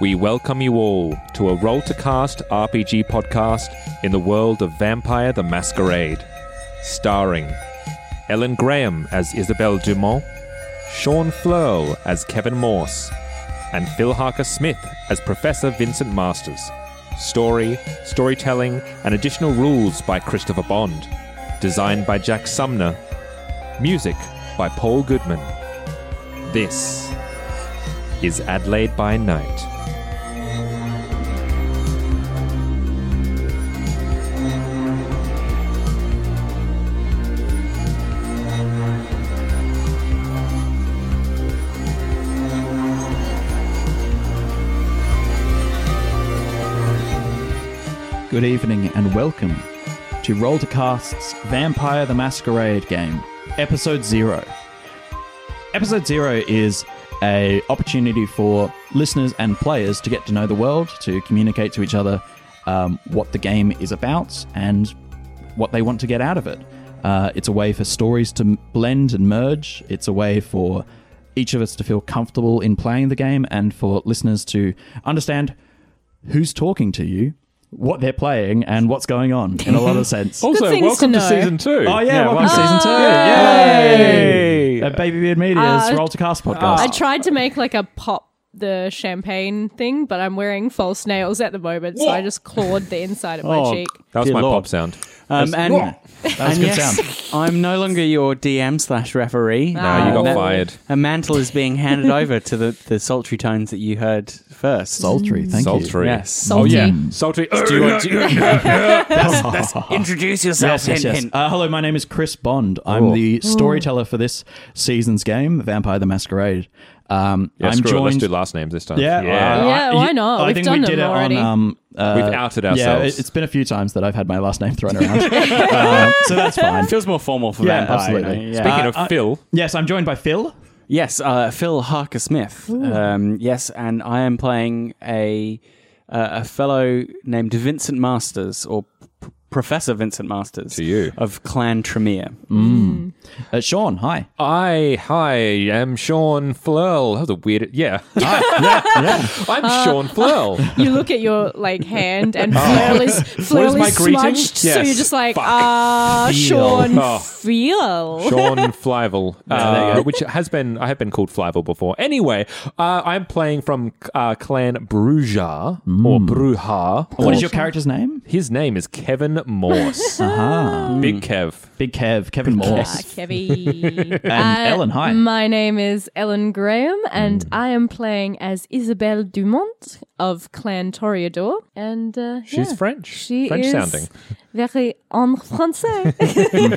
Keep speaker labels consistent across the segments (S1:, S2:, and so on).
S1: We welcome you all to a Roll to Cast RPG podcast in the world of Vampire the Masquerade. Starring Ellen Graham as Isabel Dumont, Sean Flurl as Kevin Morse, and Phil Harker Smith as Professor Vincent Masters. Story, storytelling, and additional rules by Christopher Bond. Designed by Jack Sumner. Music by Paul Goodman. This is Adelaide by Night.
S2: Good evening and welcome to Roll to Cast's Vampire the Masquerade game, Episode 0. Episode 0 is a opportunity for listeners and players to get to know the world, to communicate to each other um, what the game is about and what they want to get out of it. Uh, it's a way for stories to m- blend and merge. It's a way for each of us to feel comfortable in playing the game and for listeners to understand who's talking to you, what they're playing, and what's going on in a lot of sense. oh,
S1: Also,
S3: things
S1: welcome to,
S3: to know.
S1: season two.
S2: yeah, welcome to season two.
S1: Yay!
S2: Yay! At Baby Beard Media's
S3: Uh,
S2: Roll to Cast podcast.
S3: I tried to make like a pop the champagne thing, but I'm wearing false nails at the moment, so I just clawed the inside of my
S4: Oh,
S3: cheek.
S1: That was
S2: Dear
S1: my
S2: Lord.
S1: pop sound.
S4: Um, and
S2: that was
S4: and
S2: good
S4: yes,
S2: sound.
S4: I'm no longer your DM slash referee. No,
S1: you got fired.
S4: A mantle is being handed over to the, the sultry tones that you heard first.
S2: Sultry, thank
S1: Sultry.
S4: Yes.
S1: Oh
S3: Salty.
S1: yeah, sultry.
S2: oh,
S4: Introduce yourself.
S2: Yes, yes,
S4: hint,
S2: yes.
S4: hint.
S2: Uh, hello, my name is Chris Bond. I'm the storyteller for this season's game, Vampire the Masquerade. Um,
S1: Yeah,
S2: I'm
S1: screw it.
S2: joined.
S1: Let's do last names this time.
S2: yeah, uh,
S3: Yeah,
S2: I-
S3: why
S2: you-
S3: not?
S2: I
S3: We've
S2: think
S3: done
S2: we did
S3: them
S2: it
S3: already.
S2: on. Um, uh,
S1: We've outed
S2: Yeah,
S1: ourselves.
S2: it, it's been a few times that I've had my last name thrown around, uh, so that's fine.
S4: Feels more formal for
S2: Yeah,
S4: vampire.
S2: absolutely.
S4: you know?
S1: Speaking
S4: Uh,
S1: of Phil,
S2: Yes, I'm joined by Phil.
S4: yes, uh, Phil Harker Smith. Um, yes, and I am playing a uh, a fellow named Vincent Masters or P- Professor Vincent Masters
S1: To you.
S4: of Clan Tremere.
S2: Uh, Sean, hi.
S1: I hi am Sean Flurl. That was a weird. Yeah, I'm Sean Flurl.
S3: Uh, You look at your like hand and Fleur is, Fleur
S1: Ah. What is my
S3: is
S1: greeting?
S3: smudged, so
S1: Yes.
S3: you're just like,
S1: Fuck.
S3: ah, Sean
S1: Oh.
S3: Feel.
S1: Sean Flyvel, uh, which has been I have been called Flyvel before. Anyway, uh, I'm playing from uh, Clan Bruja or
S2: Mm.
S1: Bruja.
S2: What is your character's name?
S1: His name is Kevin Morse. Big Kev.
S2: Big Kev, Kevin
S3: Ah,
S2: Morse.
S3: Kevy.
S2: And Ellen, hi.
S3: Uh,
S2: Hmm.
S3: My name is Ellen Graham, and I am playing as Isabelle Dumont of Clan Toreador. And uh,
S1: She's
S3: yeah.
S1: French.
S3: She
S1: French
S3: is
S1: sounding.
S3: very en français.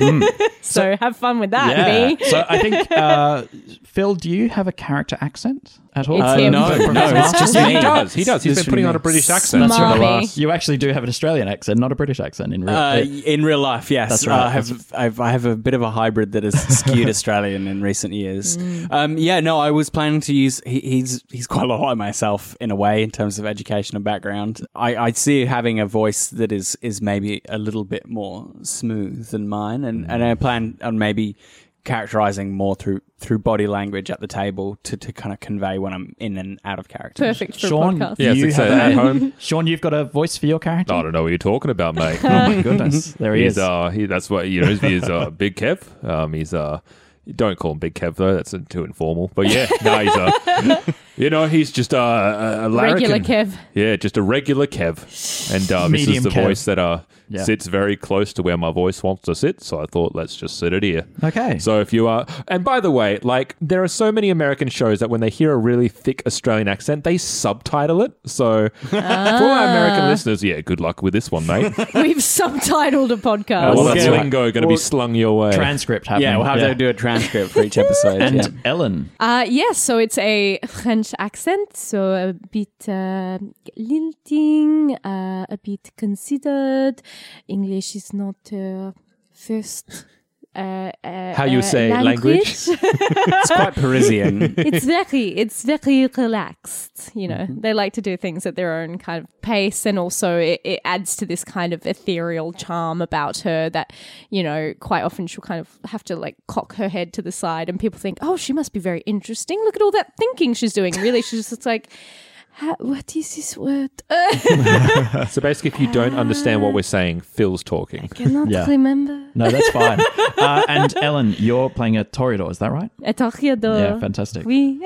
S3: so have fun with that, B.
S2: Mm-hmm. so I think uh, Phil, do you have a character accent at all?
S3: It's Uh, him. no,
S1: no, it's just
S2: Marty.
S1: me. He does, he does. He's
S4: Literally
S1: been putting on
S4: me.
S1: a British accent.
S3: That's right.
S2: You actually do have an Australian accent, not a British accent in real.
S4: Uh,
S2: uh,
S4: in real life, yes.
S2: That's right.
S4: Uh, I have I've, I have a bit of a hybrid that has skewed Australian in recent years.
S3: Mm.
S4: Um, yeah, no, I was planning to use. He, he's he's quite a lot like myself in a way in terms of education and background. I, I see having a voice that is is maybe a little bit more smooth than mine, and and
S2: Mm.
S4: I plan on maybe characterizing more through through body language at the table to, to kind of convey when I'm in and out of character.
S3: Perfect for a
S2: Sean,
S3: podcast.
S1: Yes,
S2: you
S1: it's
S4: uh,
S2: have
S1: a- at
S2: a-
S1: home.
S2: Sean, you've got a voice for your character.
S1: I don't know what you're talking about, mate.
S2: Oh my goodness, there he
S1: he's
S2: is.
S1: uh, he, that's what you know. He's, he's uh, Big Kev. Um, he's uh, you don't call him Big Kev though. That's uh, too informal. But yeah, no, he's uh, you know, he's just uh, a, a larrikin.
S3: Regular Kev.
S1: Yeah, just a regular Kev. And uh, this
S2: Medium
S1: is the
S2: Kev.
S1: voice that uh
S2: Yeah.
S1: sits very close to where my voice wants to sit. So I thought, let's just sit it here.
S2: Okay.
S1: So if you are, and by the way, like there are so many American shows that when they hear a really thick Australian accent, they subtitle it. So for our
S4: Ah.
S1: American listeners, yeah, good luck with this one, mate.
S3: We've subtitled a podcast.
S1: All
S2: We'll
S1: that
S2: get-
S1: lingo going to be
S2: we'll-
S1: slung your way.
S2: Transcript happening.
S4: Yeah, we'll have to do a transcript for each episode.
S2: And
S4: yeah.
S2: Ellen,
S3: Uh, yes, so it's a French accent, so a bit uh, linting, uh, a bit considered. English is not uh, first. Uh, uh,
S1: How you
S3: uh,
S1: say language?
S4: It's quite Parisian.
S3: it's very, it's very relaxed. You know,
S2: Mm-hmm.
S3: they like to do things at their own kind of pace, and also it, it adds to this kind of ethereal charm about her that, you know, quite often she'll kind of have to like cock her head to the side, and people think, oh, she must be very interesting. Look at all that thinking she's doing. Really, she's just like. "Ha- What is this word?
S1: So basically, if you don't understand what we're saying, Phil's talking.
S3: cannot
S2: Yeah.
S3: remember.
S2: no, that's fine. uh, and Ellen, you're playing a Toreador, is that right?
S3: A torreador.
S2: Yeah, fantastic. Uh,
S3: Oui.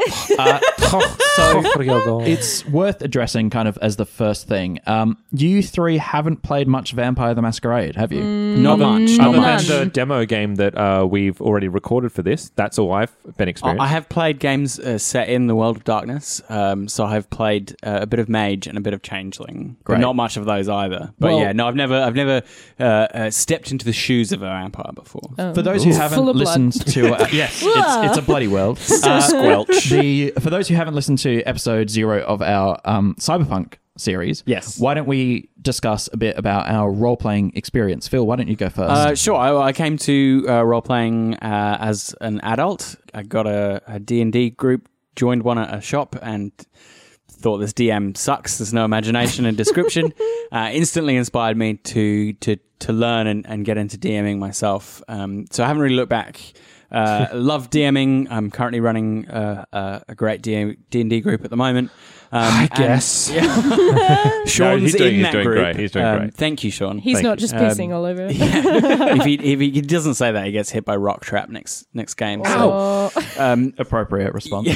S2: so it's worth addressing kind of as the first thing. Um, you three haven't played much Vampire the Masquerade, have you?
S4: Not much. Not
S1: Other
S4: much.
S1: than the demo game that uh, we've already recorded for this, that's all I've been experienced.
S4: Oh, I have played games uh, set in the world of darkness. Um, so I've played uh, a bit of mage and a bit of changeling. But
S2: Great.
S4: not much of those either. But
S2: Well-
S4: yeah, no, I've never, I've never uh, uh, stepped into the shoes of a vampire before.
S2: For those who haven't
S3: Oh. Full of blood.
S2: listened to, uh, yes, it's, it's a bloody world. Uh, The for those who haven't listened to episode zero of our um, cyberpunk series,
S4: Yes.
S2: Why don't we discuss a bit about our role playing experience? Phil, why don't you go first?
S4: Uh, sure. I, I came to uh, role playing uh, as an adult. I got a, a D&D group, joined one at a shop, and thought this DM sucks. There's no imagination and description. uh, instantly inspired me to to to learn and, and get into DMing myself. Um, so I haven't really looked back. Uh, love DMing. I'm currently running uh, uh, a great DM, D&D group at the moment. Um, I
S1: guess.
S4: Sean's
S1: he's doing-
S4: in
S1: he's
S4: that
S1: doing
S4: group.
S1: great. He's doing
S4: Um,
S1: great.
S4: Thank you, Sean
S3: He's not just pissing all over.
S4: if he if he doesn't say that, he gets hit by rock trap next next game. So, um,
S2: Appropriate response.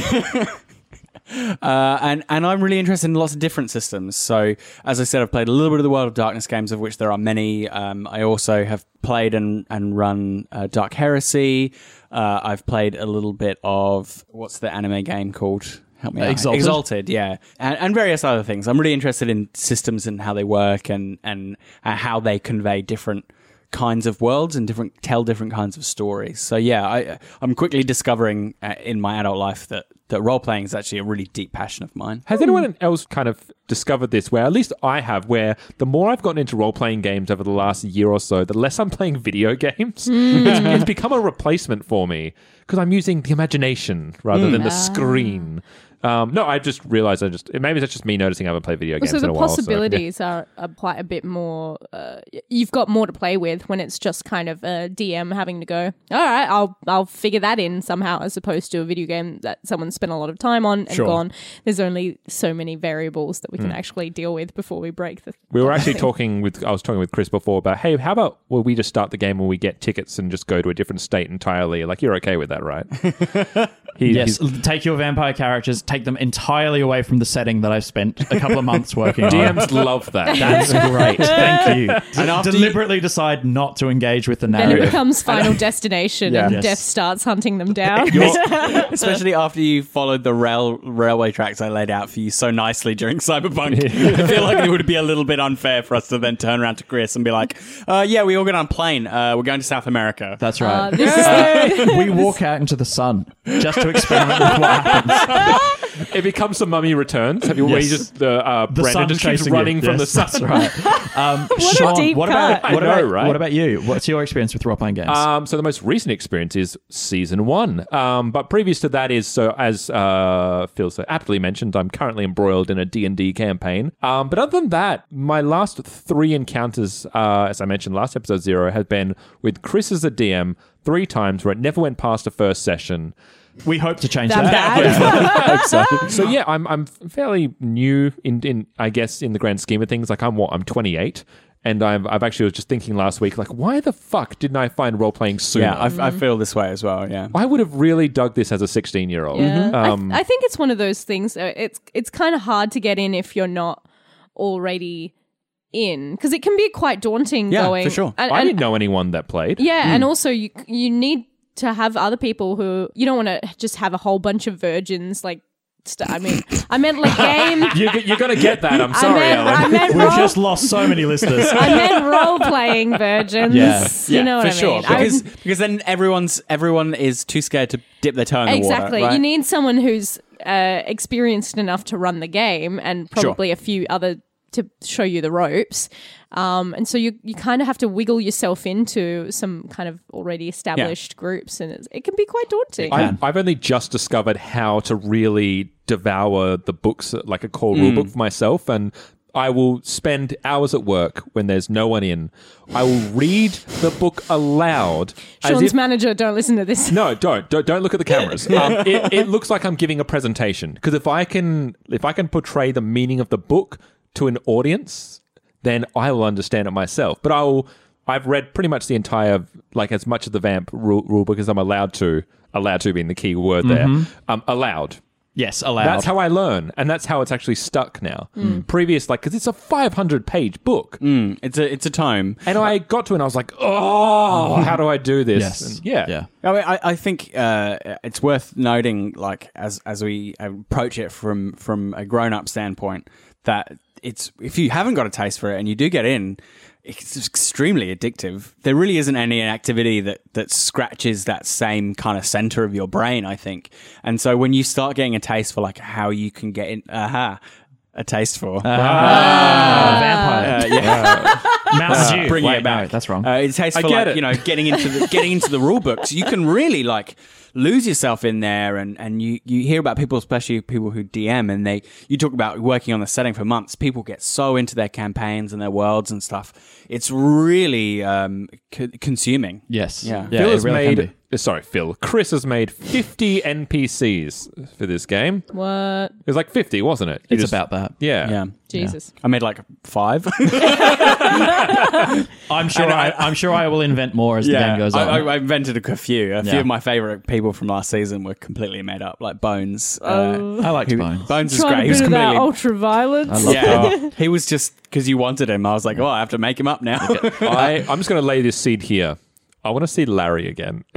S4: uh, and and I'm really interested in lots of different systems. So as I said, I've played a little bit of the World of Darkness games, of which there are many. Um, I also have played and and run uh, Dark Heresy. Uh, I've played a little bit of what's the anime game called? Help me out.
S2: Exalted?
S4: Exalted, yeah, and, and various other things. I'm really interested in systems and how they work and and uh, how they convey different kinds of worlds and different tell different kinds of stories. So yeah, I uh, I'm quickly discovering uh, in my adult life that that role playing is actually a really deep passion of mine.
S1: Has anyone
S2: Hmm.
S1: else kind of discovered this? Where at least I have, where the more I've gotten into role playing games over the last year or so, the less I'm playing video games. It's,
S3: Mm.
S1: it's become a replacement for me because I'm using the imagination rather than the
S3: Mm.
S1: screen. Um, no, I just realized I just maybe that's just me noticing I haven't played video games
S3: so
S1: in
S3: the
S1: a while.
S3: possibilities are, are quite a bit more uh, y- you've got more to play with when it's just kind of a dm having to go all right i'll i'll figure that in somehow as opposed to a video game that someone spent a lot of time on and gone there's only so many variables that we can actually deal with before we break the
S1: We were actually talking with I was talking with Chris before about hey, how about well, we just start the game when we get tickets and just go to a different state entirely? Like you're okay with that, right? He-
S2: Yes,
S1: he's-
S2: take your vampire characters, take them entirely away from the setting that I've spent a couple of months working on.
S1: DMs love that.
S2: That's great. Thank you.
S4: And after you-
S2: deliberately decide not to engage with the
S3: Then it
S2: narrative.
S3: becomes Final Destination, and
S2: Yes.
S3: Death starts hunting them down.
S4: Especially after you followed the rail railway tracks I laid out for you so nicely during Cyberpunk, I feel like it would be a little bit unfair for us to then turn around to Chris and be like, uh, "Yeah, we all get on a plane. Uh, we're going to South America."
S2: That's
S3: Uh,
S2: right.
S3: this is the-
S2: we walk out into the sun just to experiment with what happens.
S1: It becomes the Mummy Returns. Have you, Where you
S2: Yes.
S1: just the uh,
S2: The
S1: Brandon
S2: sun
S1: just
S2: chasing
S1: keeps running
S2: you.
S1: from
S2: Yes,
S1: the sun.
S2: That's right. Um,
S3: a
S2: Sean,
S3: deep
S2: what about
S3: cut.
S2: what
S1: I
S2: about
S1: know, right?
S2: what about you? What's your experience with role playing games?
S1: Um, so the most recent experience is season one. Um, but previous to that is so as uh, Phil so aptly mentioned, I'm currently embroiled in a D and D campaign. Um, but other than that, my last three encounters, uh, as I mentioned last episode zero, have been with Chris as a DM three times where it never went past the first session.
S2: we hope to change
S3: That
S2: that.
S3: bad.
S1: So yeah, I'm I'm fairly new in in I guess in the grand scheme of things. Like I'm what I'm 28. And I've, I've actually was just thinking last week, like, why the fuck didn't I find role playing sooner?
S4: yeah, I, f-
S3: Mm-hmm.
S4: I feel this way as well. Yeah, Mm-hmm.
S1: I would have really dug this as a Um, 16 year old.
S3: Yeah. I,
S4: Um,
S3: th- I think it's one of those things. uh, It's it's kind of hard to get in if you're not already in because it can be quite daunting.
S4: Yeah,
S3: going
S4: for sure.
S3: and-
S1: I
S3: and-
S1: didn't know anyone that played.
S3: Yeah,
S4: Mm.
S3: and also you you need to have other people who you don't want to just have a whole bunch of virgins like. St- I mean, I meant like game.
S1: You, you're going to get that. I'm
S3: I
S1: sorry,
S3: meant, I
S1: Alan.
S3: meant
S2: We've
S3: role.
S2: just lost so many listeners.
S3: I meant role playing virgins.
S2: Yeah.
S3: you
S4: Yeah,
S3: know what
S4: for
S3: I
S4: sure.
S3: mean. I
S4: Because
S3: would-
S4: because then everyone's everyone is too scared to dip their toe in the water.
S3: exactly,
S4: right?
S3: you need someone who's uh, experienced enough to run the game, and probably a few other to show you the ropes. Um, and so you you kind of have to wiggle yourself into some kind of already established groups, and it's, it can be quite daunting.
S1: I, I've only just discovered how to really devour the books, like a core rule
S3: Mm.
S1: book for myself. And I will spend hours at work when there's no one in. I will read the book aloud. as
S3: Sean's
S1: if-
S3: manager, don't listen to this.
S1: No, don't, don't don't look at the cameras. Um, it, it looks like I'm giving a presentation because if I can if I can portray the meaning of the book to an audience, then I will understand it myself. But I will. I've read pretty much the entire like as much of the vamp rule, rule book as I'm allowed to. Allowed to being the key word there.
S4: Mm-hmm.
S1: Um, allowed.
S2: yes, allowed.
S1: That's how I learn, and that's how it's actually stuck now. Previous, like, because it's a 500 page book,
S4: Mm. It's a it's a tome.
S1: and I got to it, and I was like, oh, how do I do this?
S2: yes,
S1: And yeah,
S2: yeah.
S4: I, mean, I, I think uh, it's worth noting, like as as we approach it from from a grown up standpoint, that it's if you haven't got a taste for it and you do get in, it's extremely addictive. There really isn't any activity that that scratches that same kind of center of your brain. I think, and so when you start getting a taste for like how you can get in, aha, a taste for.
S2: Ah.
S4: Ah. Uh,
S2: vampire. Mouse Dew.
S4: bringing
S2: Wait,
S4: it back.
S2: no, Oh, that's wrong.
S4: Uh, it's tasteful,
S1: I get
S4: like,
S1: it.
S4: you know, getting into the getting into the rule books. You can really like lose yourself in there, and and you you hear about people, especially people who DM, and they you talk about working on the setting for months. People get so into their campaigns and their worlds and stuff. It's really um, co- consuming.
S2: yes.
S4: Yeah.
S2: yeah
S1: Phil
S2: it
S1: has
S2: really can
S1: made.
S2: be.
S1: uh, Sorry, Phil. Chris has made 50 NPCs for this game. It
S3: What?
S1: was like 50, wasn't it? You
S2: It's
S1: just-
S2: about that.
S1: Yeah.
S4: Yeah.
S3: Jesus.
S4: I made like five.
S2: I'm sure.
S4: And I-
S2: I, am sure I will invent more as the game goes on.
S4: I, I, I invented a few. A few
S2: Yeah.
S4: of my favorite people from last season were completely made up, like Bones. Uh,
S2: I liked Bones.
S4: Bones is
S3: Trying
S4: great.
S3: to
S4: He
S3: bit
S4: was
S3: of that
S4: completely
S3: ultraviolence.
S4: Yeah, he was just because you wanted him. I was like, oh, I have to make him up now.
S1: I, I'm just going to lay this seed here. I want to see Larry again.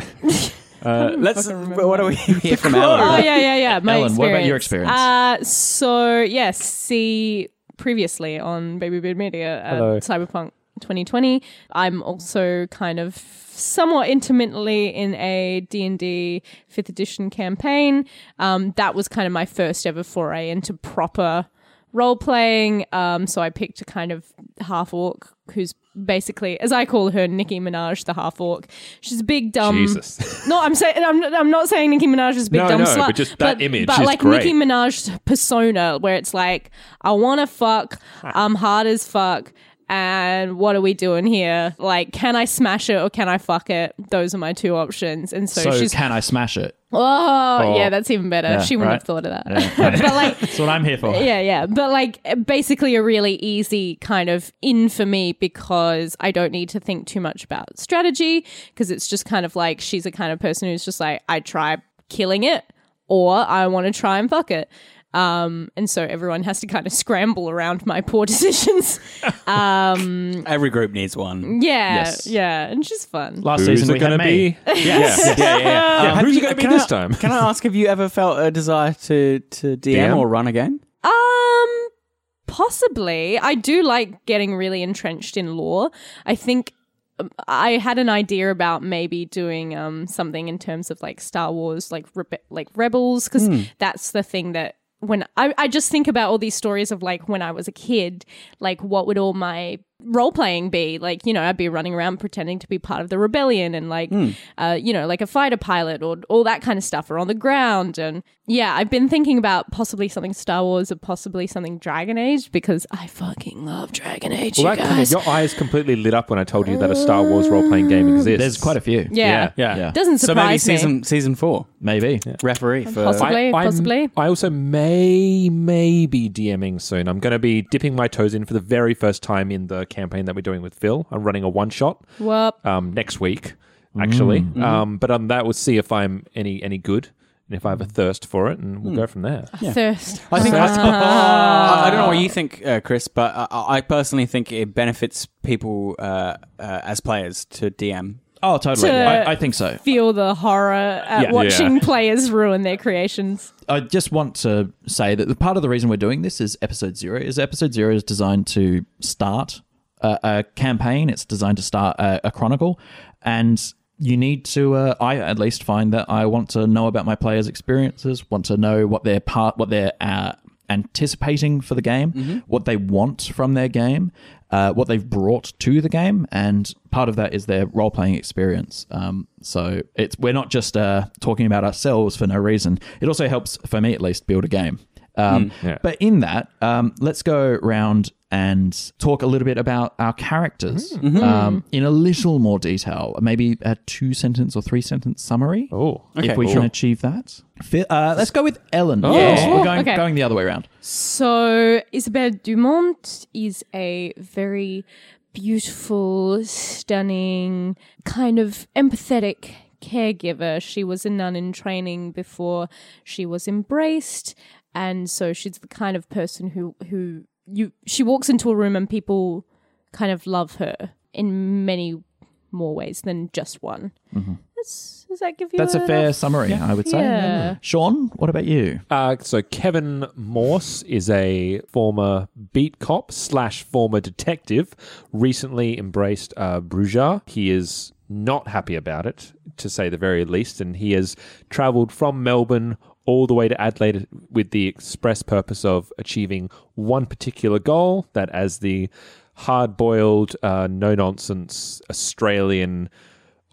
S4: Uh, let's. What do we hear from
S3: Oh
S4: Ellen?
S3: yeah, yeah, yeah. My
S2: Ellen,
S3: experience.
S2: what about your experience?
S3: Uh, so yes, see previously on Baby Beard Media, uh, Cyberpunk 2020. I'm also kind of somewhat intimately in a D&D 5th edition campaign. Um, that was kind of my first ever foray into proper role playing. Um, so I picked a kind of half orc who's basically, as I call her, Nicki Minaj, the half orc. She's a big dumb.
S1: Jesus.
S3: No, I'm saying I'm, I'm not saying Nicki Minaj is a big
S1: No,
S3: dumb
S1: no,
S3: slut,
S1: but just that image
S3: but
S1: is
S3: like
S1: great.
S3: Nicki Minaj's persona, where it's like I want to fuck,
S1: Ah.
S3: I'm hard as fuck. And what are we doing here? Like, can I smash it or can I fuck it? Those are my two options. And so,
S2: so
S3: she's,
S2: can I smash it?
S3: oh,
S2: Oh.
S3: yeah, that's even better. she wouldn't have thought of that. but like,
S2: That's what I'm here for.
S3: yeah, yeah. But like eh, basically a really easy kind of in for me because I don't need to think too much about strategy because it's just kind of like she's a kind of person who's just like, I try killing it. or I want to try and fuck it. Um, and so everyone has to kind of scramble around my poor decisions. Um,
S4: Every group needs one.
S3: yeah,
S2: Yes.
S3: yeah, and she's fun.
S2: Last
S1: Who's
S2: season
S1: it
S2: we had
S1: gonna
S2: me.
S1: be?
S4: Yes. yeah, yeah, yeah.
S1: Yeah,
S4: Have
S1: who's
S4: you- uh,
S1: it going to be
S4: can
S1: this
S4: I-
S1: time?
S4: Can I ask, have you ever felt a desire to, to DM,
S1: DM?
S4: or run a game?
S3: Um, possibly. I do like getting really entrenched in lore. I think um, I had an idea about maybe doing um something in terms of like Star Wars, like rebe- like Rebels, because that's the thing that. When I, I just think about all these stories of like when I was a kid, like what would all my role playing be? Like, you know, I'd be running around pretending to be part of the rebellion and like,
S2: Hmm.
S3: uh, you know, like a fighter pilot or all that kind of stuff or on the ground. And yeah, I've been thinking about possibly something Star Wars or possibly something Dragon Age because I fucking love Dragon Age,
S1: Well,
S3: you
S1: that kind of,
S3: guys.
S1: your eyes completely lit up when I told you that a Star Wars role playing game exists.
S2: There's quite a few.
S3: Um, yeah.
S1: Yeah.
S2: Yeah.
S3: Doesn't
S4: So maybe
S3: surprise me.
S4: season season four
S2: Maybe.
S4: referee for
S3: Possibly.
S1: I, I'm-
S3: possibly.
S1: I also may, may be DMing soon. I'm going to be dipping my toes in for the very first time in the campaign that we're doing with Phil. I'm running a one shot
S3: Whoop.
S1: um, next week, actually. Um, but on that, we'll see if I'm any any good and if I have a thirst for it, and we'll go from there.
S3: Thirst.
S4: I think that's.
S2: Uh-huh.
S4: I I don't know what you think, uh, Chris, but I- I, I personally think it benefits people uh, uh, as players to DM.
S2: Oh, totally.
S3: To-
S2: I, I think so.
S3: Feel the horror at
S1: Yeah.
S3: watching
S1: Yeah.
S3: players ruin their creations.
S2: I just want to say that the part of the reason we're doing this is episode zero. Is episode zero is designed to start a, a campaign. It's designed to start a, a chronicle, and you need to. Uh, I at least find that I want to know about my players' experiences. Want to know what their part, what their uh, anticipating for the game, what they want from their game, uh, what they've brought to the game, and part of that is their role playing experience. Um, so it's we're not just uh, talking about ourselves for no reason. It also helps for me at least build a game. Um,
S1: yeah.
S2: But in that, um, let's go round and talk a little bit about our characters um, in a little more detail. Maybe a two sentence or three sentence summary
S1: Oh,
S2: if we can achieve that. Fi- Uh, let's go with Ellen.
S4: Oh.
S2: Yes, we're going,
S3: Okay.
S2: going the other way around.
S3: So, Isabelle Dumont is a very beautiful, stunning, kind of empathetic caregiver. She was a nun in training before she was embraced, and so she's the kind of person who who you she walks into a room and people kind of love her in many more ways than just one. That's, does that give you?
S2: Mm-hmm. That's a fair
S3: enough?
S2: summary, I would say.
S3: Yeah.
S2: Sean, what about you?
S1: Uh, so Kevin Morse is a former beat cop slash former detective, recently embraced uh, Bruja. He is not happy about it, to say the very least, and he has travelled from Melbourne all the way to Adelaide with the express purpose of achieving one particular goal. That, as the hard-boiled, uh, no-nonsense Australian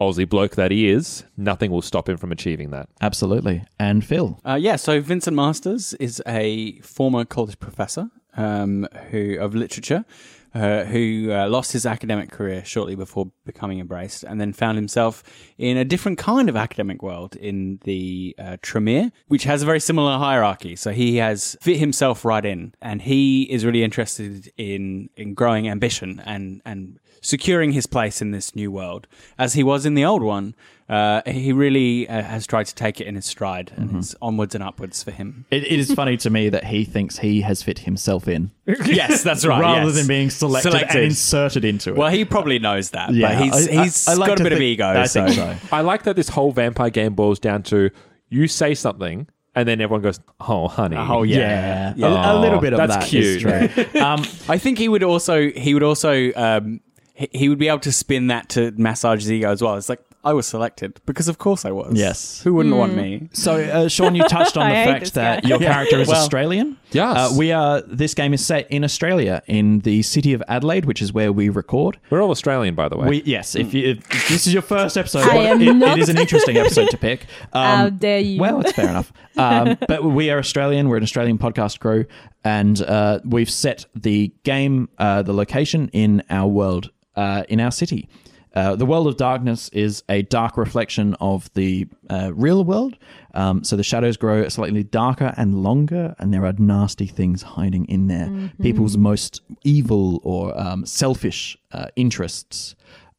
S1: Aussie bloke that he is, nothing will stop him from achieving that.
S2: Absolutely. And Phil.
S4: Uh, yeah, so Vincent Masters is a former college professor um, who of literature uh, who uh, lost his academic career shortly before becoming embraced, and then found himself in a different kind of academic world in the uh, Tremere, which has a very similar hierarchy. So he has fit himself right in, and he is really interested in in growing ambition and and securing his place in this new world as he was in the old one. Uh, he really uh, has tried to take it in his stride, and it's onwards and upwards for him.
S2: Mm-hmm. It, it is funny to me that he thinks he has fit himself in
S4: yes, that's right.
S2: rather
S4: yes.
S2: than being selected, and inserted into it.
S4: Well, he probably knows that, but he's,
S2: I- I-
S4: he's
S2: I like
S4: got a
S2: to
S4: bit of
S2: think-
S4: ego.
S2: I think so.
S1: I like that this whole vampire game boils down to you say something and then everyone goes, "Oh, honey." Oh,
S4: Oh yeah.
S2: Yeah, A, a little bit of
S1: that's
S2: that is
S1: cute.
S2: true. um,
S4: I think he would also he would also um, he, he would be able to spin that to massage his ego as well. It's like I was selected because of course I was.
S2: Yes.
S4: who wouldn't want me?
S2: so, uh, Sean, you touched on the
S3: Hmm. hate
S2: fact
S3: this
S2: that
S3: guy.
S2: your character is
S4: Well,
S2: Australian.
S1: yes.
S2: uh, we are. This game is set in Australia, in the city of Adelaide, which is where we record.
S1: We're all Australian, by the way.
S2: We yes, if, you, if this is your first episode,
S3: I am
S2: it- it
S3: not.
S2: is an interesting episode to pick. Um,
S3: How dare you.
S2: Well, it's fair enough. Um, but we are Australian. We're an Australian podcast crew, and uh, we've set the game, uh, the location in our world, uh, in our city. Uh, the world of darkness is a dark reflection of the uh, real world. Um, so the shadows grow slightly darker and longer, and there are nasty things hiding in there. People's most evil or um, selfish uh, interests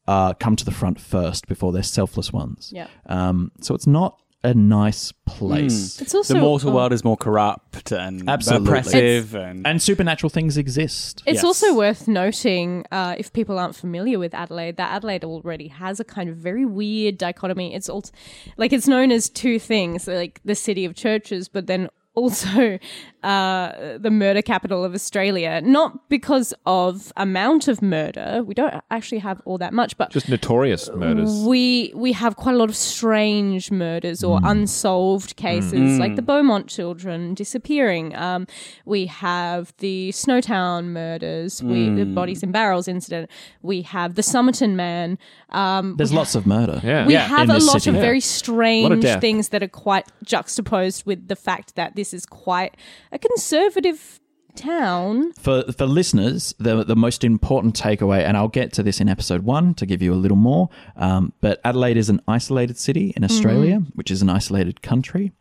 S2: uh, come to the front first before their selfless ones.
S3: Yeah.
S2: Um, so it's not a nice place.
S3: It's also
S4: Hmm. the mortal
S3: oh.
S4: world is more corrupt and
S2: Absolutely.
S4: oppressive, and,
S2: And supernatural things exist.
S3: It's
S4: Yes.
S3: also worth noting, uh, if people aren't familiar with Adelaide, that Adelaide already has a kind of very weird dichotomy. It's all, like it's known as two things, like the city of churches, but then also uh, the murder capital of Australia. Not because of amount of murder, we don't actually have all that much, but
S1: Just notorious
S3: Mm,
S1: murders.
S3: we we have quite a lot of strange murders or unsolved cases, like the Beaumont children disappearing. Um, we have the Snowtown murders, we, the bodies in barrels incident. We have the Somerton man. Um,
S2: There's lots of murder.
S1: Yeah.
S3: we have
S2: in
S3: a
S2: this
S3: lot
S2: city.
S3: of very
S1: Lot of
S3: strange
S1: death.
S3: things that are quite juxtaposed with the fact that this is quite a conservative town.
S2: for for listeners, the the most important takeaway, and I'll get to this in episode one to give you a little more. Um, but Adelaide is an isolated city in
S3: Mm-hmm.
S2: Australia, which is an isolated country.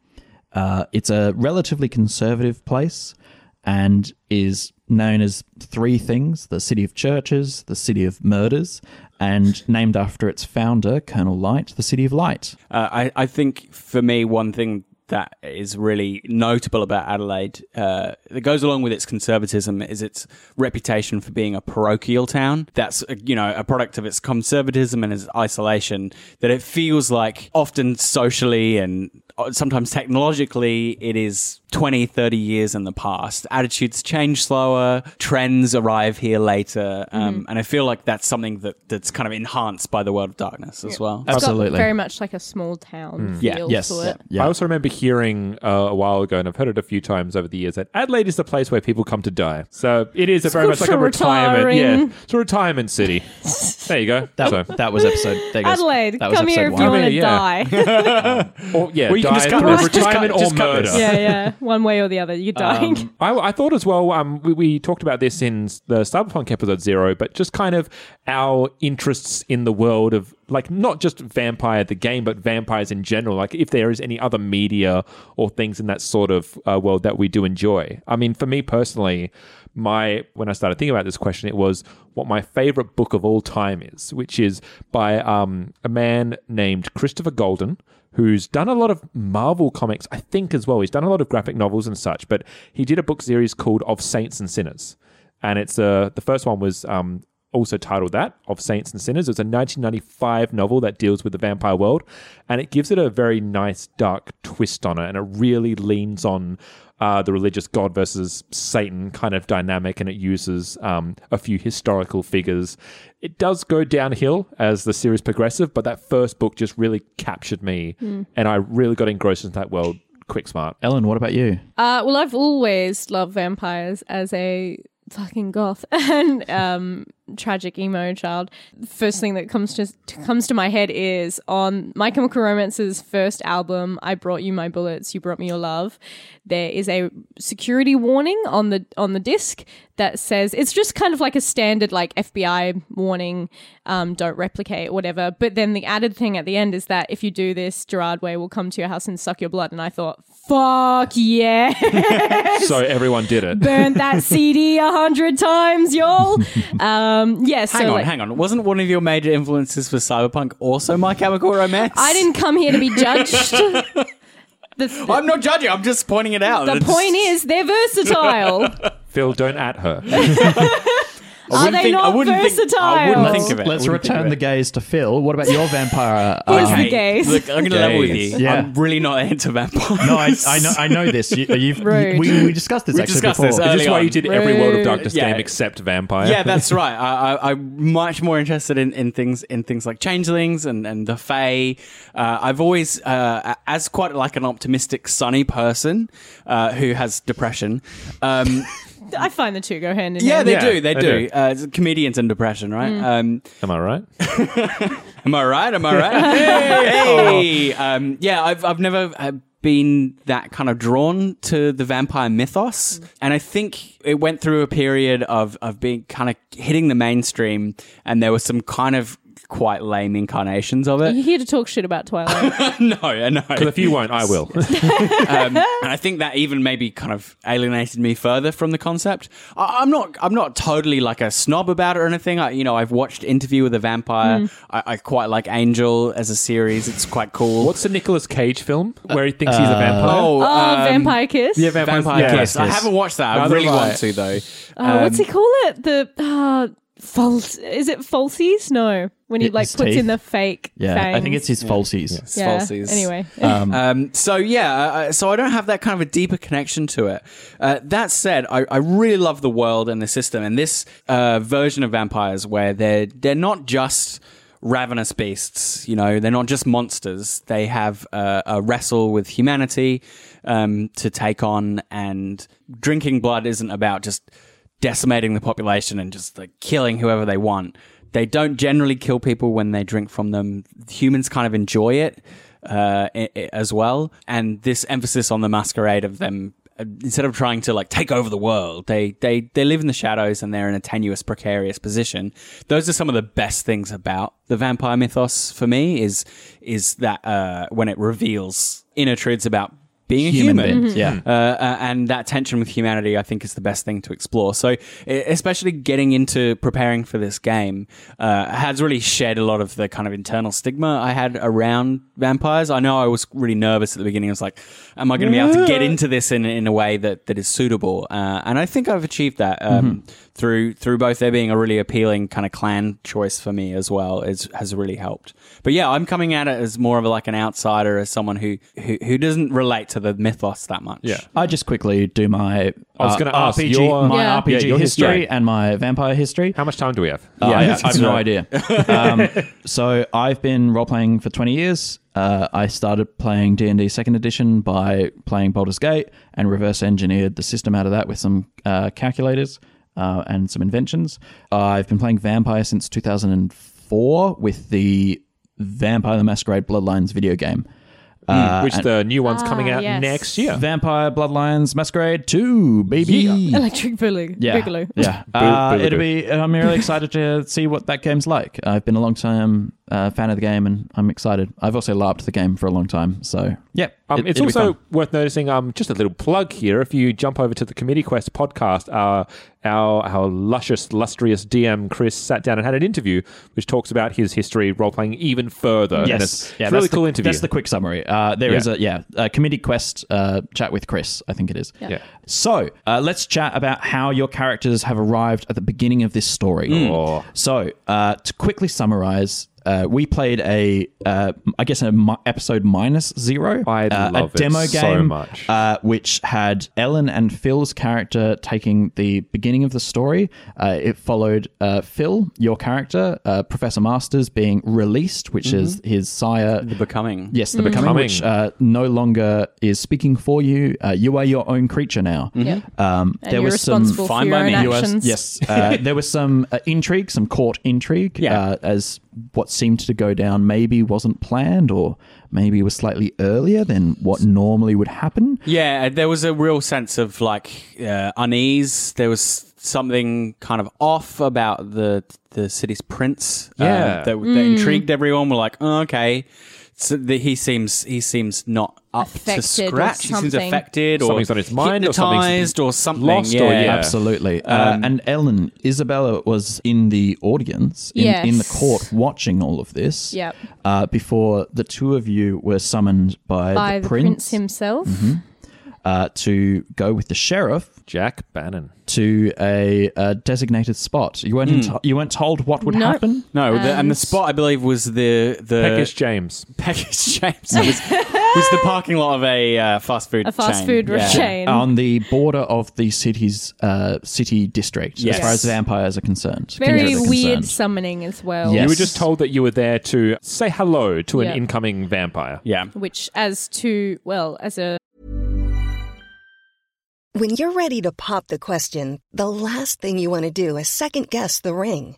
S2: Uh, it's a relatively conservative place, and is known as three things: the city of churches, the city of murders, and named after its founder, Colonel Light, the city of light.
S4: Uh, I, I think for me, one thing that is really notable about Adelaide uh, that goes along with its conservatism is its reputation for being a parochial town. That's uh, you know a product of its conservatism and its isolation. That it feels like often socially and uh, sometimes technologically it is 20 30 years in the past attitudes change slower trends arrive here later um,
S3: Mm-hmm.
S4: and i feel like that's something that that's kind of enhanced by the world of darkness as well
S3: It's got
S2: Absolutely.
S3: very much like a small
S1: Mm.
S3: town
S4: Yeah,
S3: feel
S2: Yes.
S3: to it.
S1: Hmm. I
S2: Yeah.
S1: also remember hearing uh, a while ago, and I've heard it a few times over the years, that Adelaide is the place where people come to die. So it is a very
S3: good
S1: much like
S3: for
S1: a retirement.
S3: retiring.
S1: Yeah, it's a retirement city. there you go.
S2: That,
S1: so,
S2: that was episode. There goes,
S3: Adelaide,
S2: that was
S3: come here
S2: episode
S3: if you
S2: one.
S3: want to
S1: Yeah.
S3: die.
S1: or, yeah,
S4: Well, you can
S1: die
S4: just cut
S1: through
S4: this. Just cut-
S1: retirement
S4: just
S1: or
S4: cut
S1: murder. Um,
S4: this.
S3: yeah, yeah. One way or the other, you're
S2: Um,
S3: dying.
S1: I, I thought as well. Um, we, we talked about this in the Cyberpunk episode zero, but just kind of our interests in the world of like not just vampire the game, but vampires in general. Like if there is any other media or things in that sort of uh, world that we do enjoy. I mean, for me personally, my when I started thinking about this question, it was what my favorite book of all time is, which is by um, a man named Christopher Golden who's done a lot of Marvel comics, I think, as well. He's done a lot of graphic novels and such, but he did a book series called Of Saints and Sinners. And it's uh, the first one was um, also titled that, Of Saints and Sinners. It's a 1995 novel that deals with the vampire world, and it gives it a very nice, dark twist on it. And it really leans on uh, the religious God versus Satan kind of dynamic, and it uses um, a few historical figures. It does go downhill as the series progresses, but that first book just really captured me, Mm. and I really got engrossed into that world quick smart.
S2: Ellen, what about you?
S3: Uh, well, I've always loved vampires as a fucking goth and um, tragic emo child. First thing that comes to comes to my head is on My Chemical Romance's first album, "I Brought You My Bullets, You Brought Me Your Love." There is a security warning on the on the disc that says it's just kind of like a standard like FBI warning, um, don't replicate or whatever. But then the added thing at the end is that if you do this, Gerard Way will come to your house and suck your blood. And I thought, fuck yeah.
S1: So everyone did it.
S3: burnt that CD a hundred times, y'all. Um, yeah, so
S4: Hang on,
S3: like,
S4: hang on. Wasn't one of your major influences for Cyberpunk also My Chemical Romance?
S3: I didn't come here to be judged. the
S4: I'm not judging. I'm just pointing it out.
S3: the
S4: It's-
S3: point is, they're versatile.
S1: Phil, don't at her.
S4: I
S3: Are
S4: wouldn't
S3: they
S4: think- I
S3: not
S4: wouldn't think-
S3: versatile?
S4: I wouldn't
S2: Let's,
S4: think of it.
S2: let's
S4: Wouldn't think
S2: return
S4: of
S2: the
S4: it.
S2: gays to Phil. What about your vampire? uh,
S3: the gays.
S4: Look, I'm going to level with
S1: Gays.
S4: you.
S2: Yeah.
S4: I'm really not into vampires.
S2: No, I, I know. I know this. You, you've,
S3: Rude.
S2: we, we discussed this
S4: We
S2: actually
S4: discussed
S2: before.
S4: this
S1: Is
S4: earlier.
S1: this why you did every World of Darkness
S4: Yeah.
S1: game except Vampire?
S4: yeah, that's right. I, I, I'm much more interested in, in things in things like changelings and, and the Fae. Uh, I've always, uh, a- as quite like an optimistic, sunny person uh, who has depression. Um,
S3: I find the two go hand in
S4: yeah,
S3: hand.
S4: they
S1: Yeah,
S4: do.
S1: they
S4: They, do.
S1: do. Mm.
S4: Uh, it's comedians and depression, right? Um,
S1: Am I right?
S4: Am I right? Am I right? hey! Um, yeah, I've, I've never uh, been that kind of drawn to the vampire mythos. And I think it went through a period of, of being kind of hitting the mainstream, and there was some kind of quite lame incarnations of it.
S3: You're here to talk shit about Twilight.
S4: no, I know.
S1: Because if you won't, I will.
S4: um, and I think that even maybe kind of alienated me further from the concept. I, I'm not I'm not totally like a snob about it or anything. I, you know, I've watched Interview with a Vampire.
S3: Mm.
S4: I, I quite like Angel as a series. It's quite cool.
S1: What's the Nicolas Cage film where he thinks he's a vampire?
S4: oh,
S3: oh,
S4: um,
S3: Vampire Kiss.
S2: Yeah,
S4: Vampire,
S2: Yeah.
S4: Kiss. I haven't watched that. I
S1: Neither
S4: really
S1: have I.
S4: want to though.
S3: Oh, what's
S4: Um,
S3: he call it? The uh, false? Is it falsies? No, when he
S2: Yeah,
S3: like
S2: his
S3: puts in
S2: teeth.
S3: the fake.
S2: Yeah, I think
S3: fangs.
S2: it's his falsies.
S4: It's
S3: yeah.
S4: falsies.
S3: Anyway,
S4: Um, so yeah, uh, so I don't have that kind of a deeper connection to it. Uh, that said, I, I really love the world and the system and this uh, version of vampires where they're they're not just ravenous beasts. You know, they're not just monsters. They have uh, a wrestle with humanity um, to take on, and drinking blood isn't about just decimating the population and just like killing whoever they want. They don't generally kill people when they drink from them. Humans kind of enjoy it uh, i- i- as well, and this emphasis on the masquerade of them. uh, Instead of trying to like take over the world, they they they live in the shadows and they're in a tenuous, precarious position. Those are some of the best things about the vampire mythos for me. Is is that uh, when it reveals inner truths about being a
S2: Human
S4: human,
S2: beings, yeah.
S4: uh, uh, and that tension with humanity, I think, is the best thing to explore. So, e- especially getting into preparing for this game uh, has really shed a lot of the kind of internal stigma I had around vampires. I know I was really nervous at the beginning. I was like, "Am I going to be able to get into this in, in a way that that is suitable?" Uh, and I think I've achieved that um, through through both there being a really appealing kind of clan choice for me as well. Is has really helped. But yeah, I'm coming at it as more of like an outsider, as someone who who, who doesn't relate to the mythos that much.
S1: Yeah.
S2: I just quickly do my
S1: I was gonna ask
S2: RPG,
S1: your-
S2: my
S3: Yeah.
S2: RPG
S1: Yeah, your
S2: history
S1: history.
S2: and my vampire history.
S1: How much time do we have?
S2: Uh, I, I have
S1: It's
S2: no
S1: a-
S2: idea. Um, so I've been role playing for 20 years. Uh, I started playing D and D Second Edition by playing Baldur's Gate and reverse engineered the system out of that with some uh, calculators uh, and some inventions. I've been playing Vampire since 2004 with the Vampire: The Masquerade Bloodlines video game. Uh,
S1: Hmm, Mm, Which
S2: and-
S1: the new one's coming
S3: Ah,
S1: out
S3: yes.
S1: next year.
S2: Vampire Bloodlines Masquerade 2, baby.
S3: Electric Boogaloo.
S2: Yeah.
S3: Boogaloo.
S2: Yeah.
S1: Boo-
S2: Uh,
S1: boogaloo.
S2: it'll be. I'm really excited to see what that game's like. I've been a long time uh, fan of the game, and I'm excited. I've also larped the game for a long time, so yeah.
S1: Um,
S2: it-
S1: it's
S2: it'll be
S1: also
S2: fun.
S1: worth noticing. Um, just a little plug here. If you jump over to the Committee Quest podcast, uh, our our luscious, lustrious DM Chris sat down and had an interview which talks about his history role playing even further. and it's, it's a really
S2: that's
S1: cool
S2: the,
S1: interview.
S2: That's the quick summary. Uh, there
S1: Yeah.
S2: is a yeah a committee quest uh, chat with Chris. I think it is.
S1: Yeah.
S2: So uh, let's chat about how your characters have arrived at the beginning of this story.
S1: Oh.
S2: So uh, to quickly summarize. Uh, we played a, uh, I guess, a mi- episode minus zero.
S1: I
S2: uh,
S1: love it
S2: a demo game,
S1: so much.
S2: Uh, which had Ellen and Phil's character taking the beginning of the story. Uh, it followed uh, Phil, your character, uh, Professor Masters, being released, which is his sire,
S4: Mm-hmm. The becoming.
S2: Yes, the becoming,
S1: Becoming.
S2: which uh, no longer is speaking for you. Uh, you are your own creature now.
S4: Mm-hmm.
S2: Um,
S3: And you're responsible for
S4: fine by
S3: your own
S4: me. You are-
S3: actions.
S2: yes, uh, there was some uh, intrigue, some court intrigue,
S4: Yeah.
S2: uh, as what seemed to go down maybe wasn't planned, or maybe was slightly earlier than what normally would happen.
S4: Yeah, uh, there was a real sense of like uh, unease. There was something kind of off about the the city's prince. uh,
S1: Yeah.
S4: that, that
S3: Hmm.
S4: intrigued everyone. We're like, oh, okay, so the, he seems he seems not up
S3: Affected
S4: to
S3: or
S4: scratch. He seems
S3: something.
S4: affected, or
S1: Something's on his mind, or something's
S4: hypnotized, or something
S1: lost, or- yeah.
S2: Absolutely.
S3: Um,
S2: uh, and Ellen, Isabella was in the audience, in,
S3: Yes.
S2: in the court, watching all of this.
S3: Yep.
S2: Uh, before the two of you were summoned by,
S3: By
S2: the,
S3: the
S2: prince,
S3: prince himself.
S2: uh, to go with the sheriff
S1: Jack Bannon.
S2: to a, uh designated spot. You
S1: Hmm.
S2: weren't enti- you weren't told what would
S3: No. Um,
S2: happen.
S4: No, the, and the spot I believe was the the
S1: Peckish James.
S4: Peckish James was, was the parking lot of a uh, fast food
S3: A fast
S4: chain.
S3: food chain.
S2: On the border of the city's uh, city district,
S4: Yes.
S2: as far as vampires are concerned.
S3: Very
S2: kindred are
S3: weird
S2: concerned.
S3: summoning as well.
S2: Yes.
S1: You were just told that you were there to say hello to an
S3: Yeah.
S1: incoming vampire.
S4: Yeah.
S3: Which, as to well, as a
S5: When you're ready to pop the question, the last thing you want to do is second guess the ring.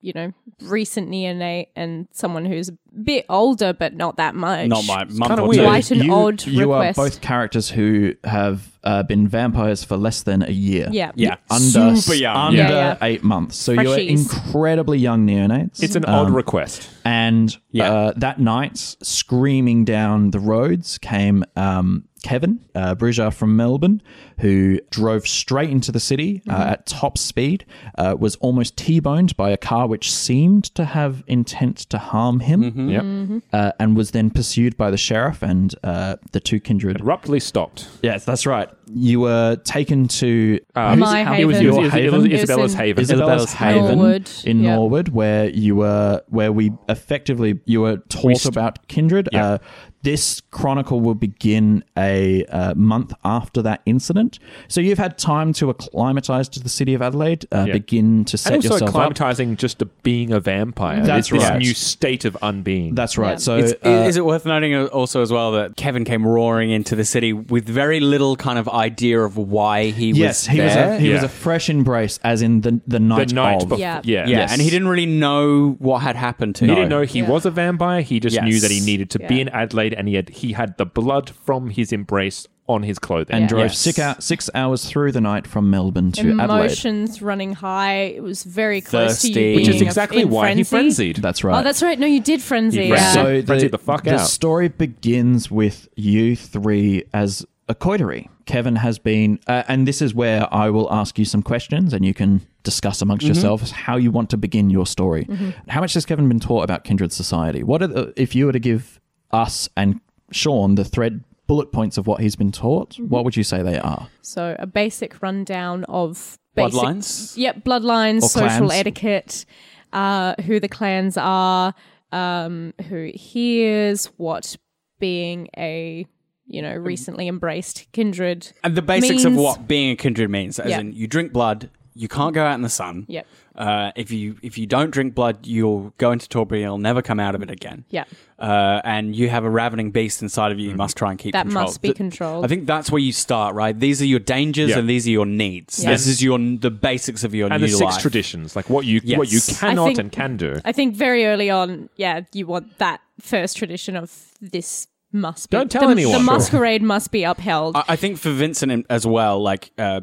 S3: you know, recent neonate and someone who's a bit older but not that much.
S2: Not my month
S4: kinda
S2: or
S4: weird.
S2: two.
S3: Quite an
S2: you,
S3: odd
S2: You
S3: request.
S2: are both characters who have uh, been vampires for less than a year.
S3: Yeah.
S4: Yeah.
S2: Under,
S4: Super young.
S2: under
S3: Yeah, yeah.
S2: eight months. So you're
S3: Freshies.
S2: incredibly young neonates.
S1: It's an
S2: Um,
S1: odd request.
S2: And
S4: Yeah.
S2: uh, that night, screaming down the roads, came um, Kevin uh, Bruja from Melbourne, who drove straight into the city uh, at top speed, uh, was almost T-boned by a car which seemed to have intent to harm him,
S1: Mm-hmm. Yep.
S2: uh, and was then pursued by the sheriff and uh, the two kindred.
S1: Abruptly stopped.
S2: Yes, that's right. You were taken to
S1: Um,
S3: My
S1: It was, it was,
S3: haven.
S2: Your
S1: it was, Isabella's
S2: haven?
S3: It was in-
S1: haven.
S2: Isabella's Haven
S3: Norwood.
S2: in
S3: Yeah.
S2: Norwood, where you were, where we effectively you were taught
S1: st-
S2: about kindred.
S1: Yeah.
S2: Uh, this chronicle will begin a uh, month after that incident, so you've had time to acclimatize to the city of Adelaide, uh,
S1: Yeah.
S2: begin to set
S1: and also
S2: yourself up.
S1: acclimatizing just to being a vampire.
S2: That's
S1: this,
S2: right.
S1: This new state of unbeing.
S2: That's right.
S3: Yeah.
S2: So
S4: It's,
S2: uh,
S4: is it worth noting also as well that Kevin came roaring into the city with very little kind of idea of why he
S2: yes,
S4: was
S2: he was
S4: there?
S2: a, he was
S1: Yeah.
S2: a fresh embrace, as in the the
S1: the
S2: night,
S1: night
S2: of.
S1: before.
S3: Yeah.
S1: Yeah.
S4: yeah,
S2: Yes.
S4: and he didn't really know what had happened to
S1: He
S4: him.
S1: didn't know he
S3: Yeah.
S1: was a vampire. He just
S4: Yes.
S1: knew that he needed to be
S3: Yeah.
S1: in Adelaide, and he had he had the blood from his embrace on his clothing.
S2: and drove
S4: Yes.
S2: six, hou- six hours through the night from Melbourne to Adelaide.
S3: Emotions running high. It was very close to
S4: Thirsty.
S3: you.
S1: which is
S3: being a-
S1: exactly
S3: in
S1: why he
S3: frenzy.
S1: frenzied.
S2: That's right.
S3: Oh, that's right. No, you did frenzy.
S1: He
S3: Yeah.
S1: frenzied.
S2: So
S1: Frenzy the fuck out.
S2: story begins with you three as a coterie. Kevin has been, uh, and this is where I will ask you some questions, and you can discuss amongst
S1: Mm-hmm.
S2: yourselves how you want to begin your story. How much has Kevin been taught about kindred society? What are the, if you were to give us and Sean the thread bullet points of what he's been taught?
S1: Mm-hmm.
S2: What would you say they are?
S3: So a basic rundown of basic,
S4: bloodlines.
S3: Yep, bloodlines,
S2: Or
S3: social
S2: clans.
S3: etiquette, uh, who the clans are, um, who hears what being a you know recently embraced kindred
S4: And the basics of
S3: means-
S4: what being a kindred means, as
S3: Yeah.
S4: in you drink blood, you can't go out in the sun.
S3: Yep.
S4: Uh, if you if you don't drink blood, you'll go into torpor and you'll never come out of it again.
S3: Yeah.
S4: Uh, and you have a ravening beast inside of you.
S1: Mm-hmm.
S4: You must try and keep
S3: That
S4: control.
S3: must be
S4: Th-
S3: controlled.
S4: I think that's where you start, right? These are your dangers
S1: Yeah.
S4: and these are your needs.
S3: Yeah.
S4: This is your the basics of your
S1: and
S4: new
S1: the six
S4: life.
S1: traditions, like what you
S4: Yes.
S1: what you
S4: I
S1: cannot
S3: think-
S1: and can do.
S3: I think very early on, yeah, you want that first tradition of this must be.
S1: Don't tell
S3: the,
S1: anyone.
S3: The
S1: Sure.
S3: masquerade must be upheld.
S4: I, I think for Vincent in- as well, like uh,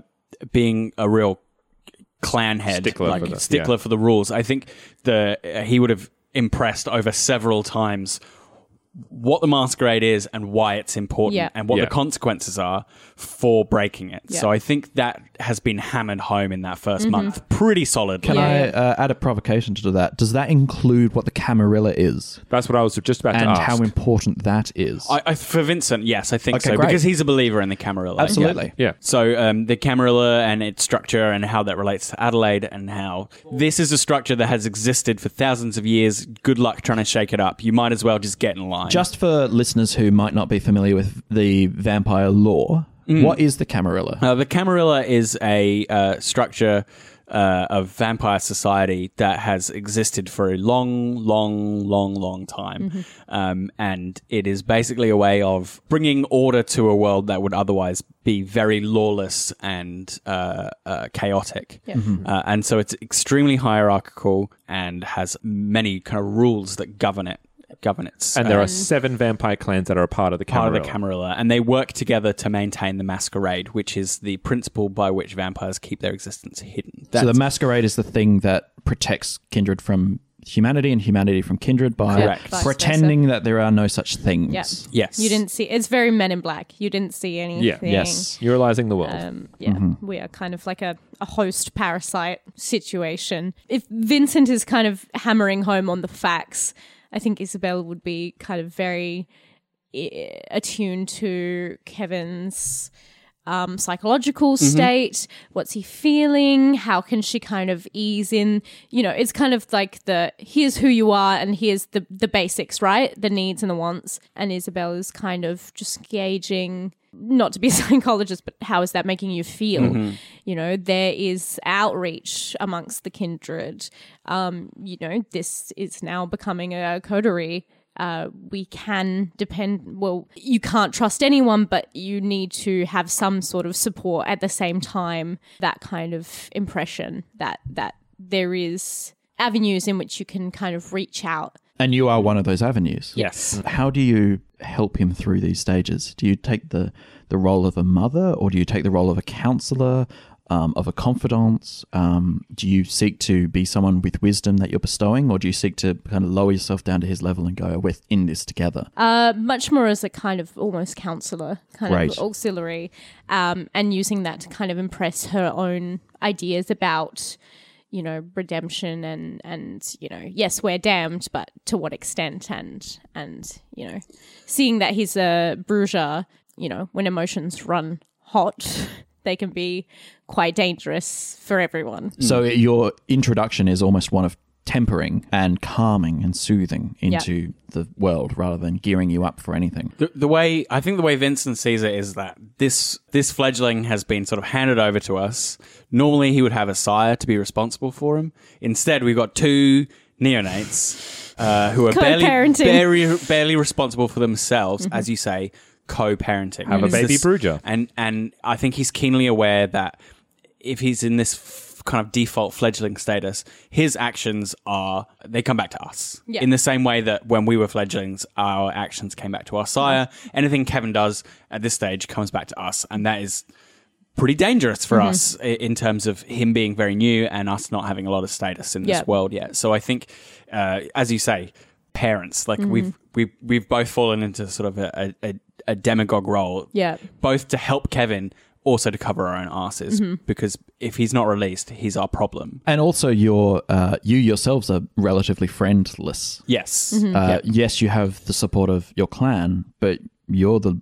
S4: being a real clan head,
S1: Stickler
S4: like
S1: for the-
S4: stickler
S1: yeah.
S4: for the rules. I think the uh, he would have impressed over several times what the masquerade is and why it's important
S3: Yeah.
S4: and what
S1: Yeah.
S4: the consequences are for breaking it.
S3: Yeah. Mm-hmm.
S4: So I think that has been hammered home in that 1st month pretty solidly.
S2: Can
S3: Yeah,
S2: I
S3: yeah.
S2: uh, add a provocation to that? Does that include what the Camarilla is
S1: That's what I was just about to
S2: and
S1: ask.
S2: how important that is?
S4: I, I, for Vincent, yes, I think
S2: Okay,
S4: so
S2: great.
S4: because he's a believer in the Camarilla.
S2: Absolutely.
S1: Yeah.
S4: So um, the Camarilla and its structure and how that relates to Adelaide and how this is a structure that has existed for thousands of years. Good luck trying to shake it up. You might as well just get in line.
S2: Just for listeners who might not be familiar with the vampire lore, what is the Camarilla?
S4: Uh, the Camarilla is a uh, structure uh, of vampire society that has existed for a long, long, long, long time. Um, and it is basically a way of bringing order to a world that would otherwise be very lawless and uh, uh, chaotic.
S1: Mm-hmm.
S4: Uh, and so it's extremely hierarchical and has many kind of rules that govern it. Govern its
S1: and there
S4: uh,
S1: are seven vampire clans that are a part of the
S4: part
S1: Camarilla.
S4: of the Camarilla, and they work together to maintain the masquerade, which is the principle by which vampires keep their existence hidden.
S2: so
S4: That's-
S2: the masquerade is the thing that protects kindred from humanity and humanity from kindred by
S4: Correct. Vice versa.
S2: pretending that there are no such things.
S3: Yeah.
S4: Yes.
S3: You didn't see. It's very Men in Black. You didn't see anything.
S1: Yeah.
S2: Yes.
S1: Neuralizing the world. Mm-hmm.
S3: Um, yeah, we are kind of like a, a host parasite situation. If Vincent is kind of hammering home on the facts, I think Isabel would be kind of very eh, attuned to Kevin's um, psychological
S1: Mm-hmm.
S3: state. What's he feeling? How can she kind of ease in? You know, it's kind of like the here's who you are and here's the the basics, right? The needs and the wants. And Isabel is kind of just gauging not to be a psychologist, but how is that making you feel? You know, there is outreach amongst the kindred. Um, you know, this is now becoming a coterie. Uh, we can depend, well, you can't trust anyone, but you need to have some sort of support at the same time. That kind of impression that, that there is avenues in which you can kind of reach out.
S2: And you are one of those avenues.
S4: Yes.
S2: How do you help him through these stages? Do you take the, the role of a mother or do you take the role of a counselor, um, of a confidant? Um, do you seek to be someone with wisdom that you're bestowing or do you seek to kind of lower yourself down to his level and go, "Oh, we're in this together?
S3: Uh, much more as a kind of almost counselor, kind
S2: Right.
S3: of auxiliary, um, and using that to kind of impress her own ideas about, you know, redemption and and you know, yes, we're damned, but to what extent? And and you know, seeing that he's a bruiser, you know, when emotions run hot, they can be quite dangerous for everyone.
S2: So uh, your introduction is almost one of tempering and calming and soothing into the world rather than gearing you up for anything.
S4: The, the way I think the way Vincent sees it is that this this fledgling has been sort of handed over to us. Normally, he would have a sire to be responsible for him. Instead, we've got two neonates uh, who are barely,
S3: Co-parenting.
S4: barely barely responsible for themselves, as you say, co-parenting.
S1: Have a
S4: It's
S1: baby
S4: this-
S1: brooder.
S4: and and I think he's keenly aware that if he's in this. f- Kind of default fledgling status, his actions are they come back to us
S3: Yeah.
S4: in the same way that when we were fledglings, our actions came back to our sire.
S3: Mm-hmm.
S4: Anything Kevin does at this stage comes back to us, and that is pretty dangerous
S3: Mm-hmm.
S4: for us i- in terms of him being very new and us not having a lot of status in
S3: Yeah.
S4: this world yet. So I think, uh, as you say, parents like we've
S3: Mm-hmm.
S4: we've we've both fallen into sort of a, a, a- a demagogue role,
S3: Yeah.
S4: both to help Kevin. Also to cover our own asses
S3: Mm-hmm.
S4: because if he's not released, he's our problem.
S2: And also, your uh, you yourselves are relatively friendless.
S4: Yes,
S2: Uh, Yes, you have the support of your clan, but you're the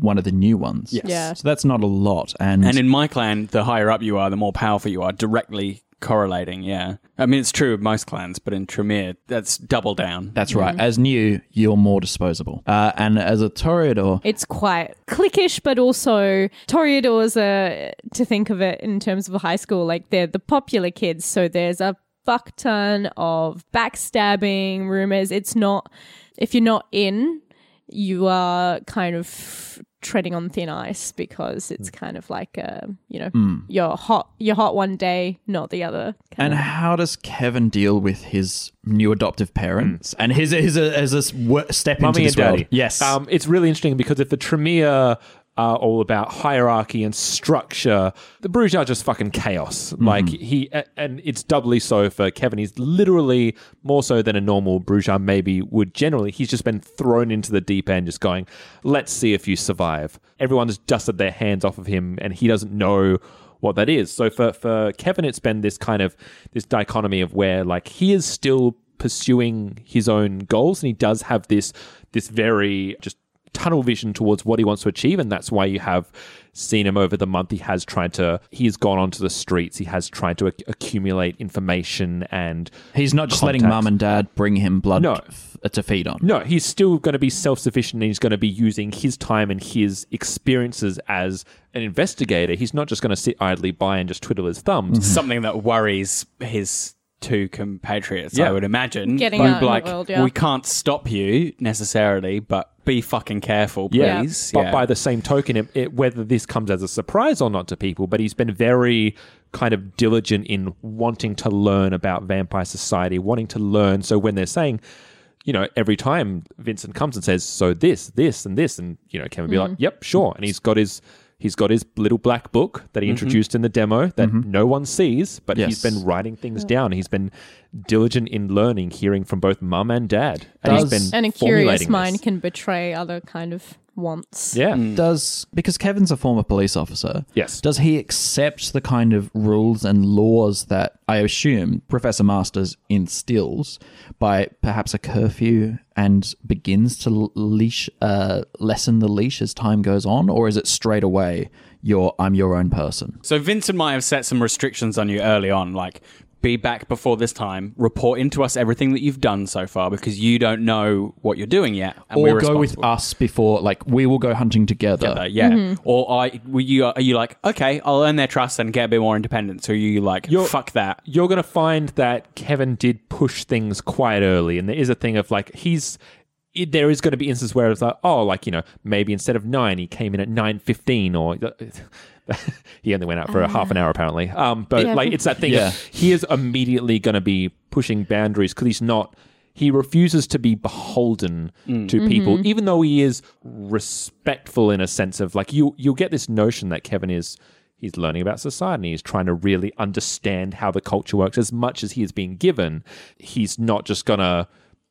S2: one of the new ones. Yes.
S3: Yeah.
S2: So that's not a lot. And,
S4: And in my clan, the higher up you are, the more powerful you are, directly correlating. Yeah. I mean, it's true of most clans, but in Tremere, that's double down.
S2: that's right. As new, you're more disposable. Uh, and as a Toreador,
S3: It's quite cliquish, but also Toreadors are, to think of it in terms of a high school, like they're the popular kids. So there's a fuck ton of backstabbing rumors. It's not, if you're not in, you are kind of treading on thin ice because
S1: Hmm.
S3: it's kind of like, a, you know, you're hot, you're hot one day, not the other.
S2: And how does Kevin deal with his new adoptive parents and his his as a wo- step into
S1: Mummy and
S2: this world?
S1: daddy.
S2: Yes,
S1: Um, it's really interesting because if the Tremere are all about hierarchy and structure, the Bruges are just fucking chaos. Like he, a- and it's doubly so for Kevin. He's literally more so than a normal Bruges maybe would generally. He's just been thrown into the deep end, just going, let's see if you survive. Everyone's dusted their hands off of him and he doesn't know what that is. So for, for Kevin, it's been this kind of this dichotomy of where like he is still pursuing his own goals and he does have this this very just tunnel vision towards what he wants to achieve and that's why you have seen him over the month he has tried to he's gone onto the streets he has tried to ac- accumulate information and
S2: he's not just letting
S1: contacts.
S2: mum and dad bring him blood
S1: No.
S2: f- to feed on.
S1: No, he's still going to be self sufficient and he's going to be using his time and his experiences as an investigator. He's not just going to sit idly by and just twiddle his thumbs.
S4: Something that worries his two compatriots,
S1: Yeah.
S4: I would imagine.
S3: Getting
S4: But
S3: out in the world, yeah.
S4: We can't stop you necessarily, but be fucking careful,
S1: Yeah.
S4: please.
S1: But
S4: Yeah.
S1: by the same token, it, it, whether this comes as a surprise or not to people, but he's been very kind of diligent in wanting to learn about vampire society, wanting to learn. So when they're saying, you know, every
S3: Hmm.
S1: time Vincent comes and says, so this, this, and this, and, you know, Kevin would be like, yep, sure. And he's got his. He's got his little black book that
S4: Mm-hmm.
S1: he introduced in the demo that no one sees, but he's
S2: Yes.
S1: been writing things down. He's been diligent in learning, hearing from both mum and dad, and he's
S2: Does-
S1: been
S3: and a curious
S1: formulating
S3: mind
S1: this.
S3: can betray other kind of wants.
S1: yeah,
S4: Mm.
S2: Does because Kevin's a former police officer.
S1: Yes.
S2: Does he accept the kind of rules and laws that I assume Professor Masters instills by perhaps a curfew and begins to leash uh, lessen the leash as time goes on, or is it straight away your I'm your own person?
S4: So Vincent might have set some restrictions on you early on, like be back before this time, report into us everything that you've done so far because you don't know what you're doing yet. And
S2: or
S4: we're
S2: go with
S4: responsible.
S2: us before like we will go hunting together.
S4: Together, Uh, yeah.
S2: Mm-hmm.
S3: Mm-hmm.
S4: Or I, were you are you like okay? I'll earn their trust and get a bit more independence. Or are you like
S1: You're-
S4: fuck that?
S1: you're going to find that Kevin did push things quite early, and there is a thing of like he's. it- There is going to be instances where it's like, oh, like you know, maybe instead of nine, he came in at nine fifteen, or he only went out for a half an hour apparently. Um, but
S3: Yeah.
S1: like it's that thing. of
S2: Yeah.
S1: he is immediately going to be pushing boundaries because he's not. He refuses to be beholden
S2: Mm.
S1: to people, even though he is respectful in a sense of like you. You'll get this notion that Kevin is. He's learning about society. and He's trying to really understand how the culture works as much as he is being given. He's not just gonna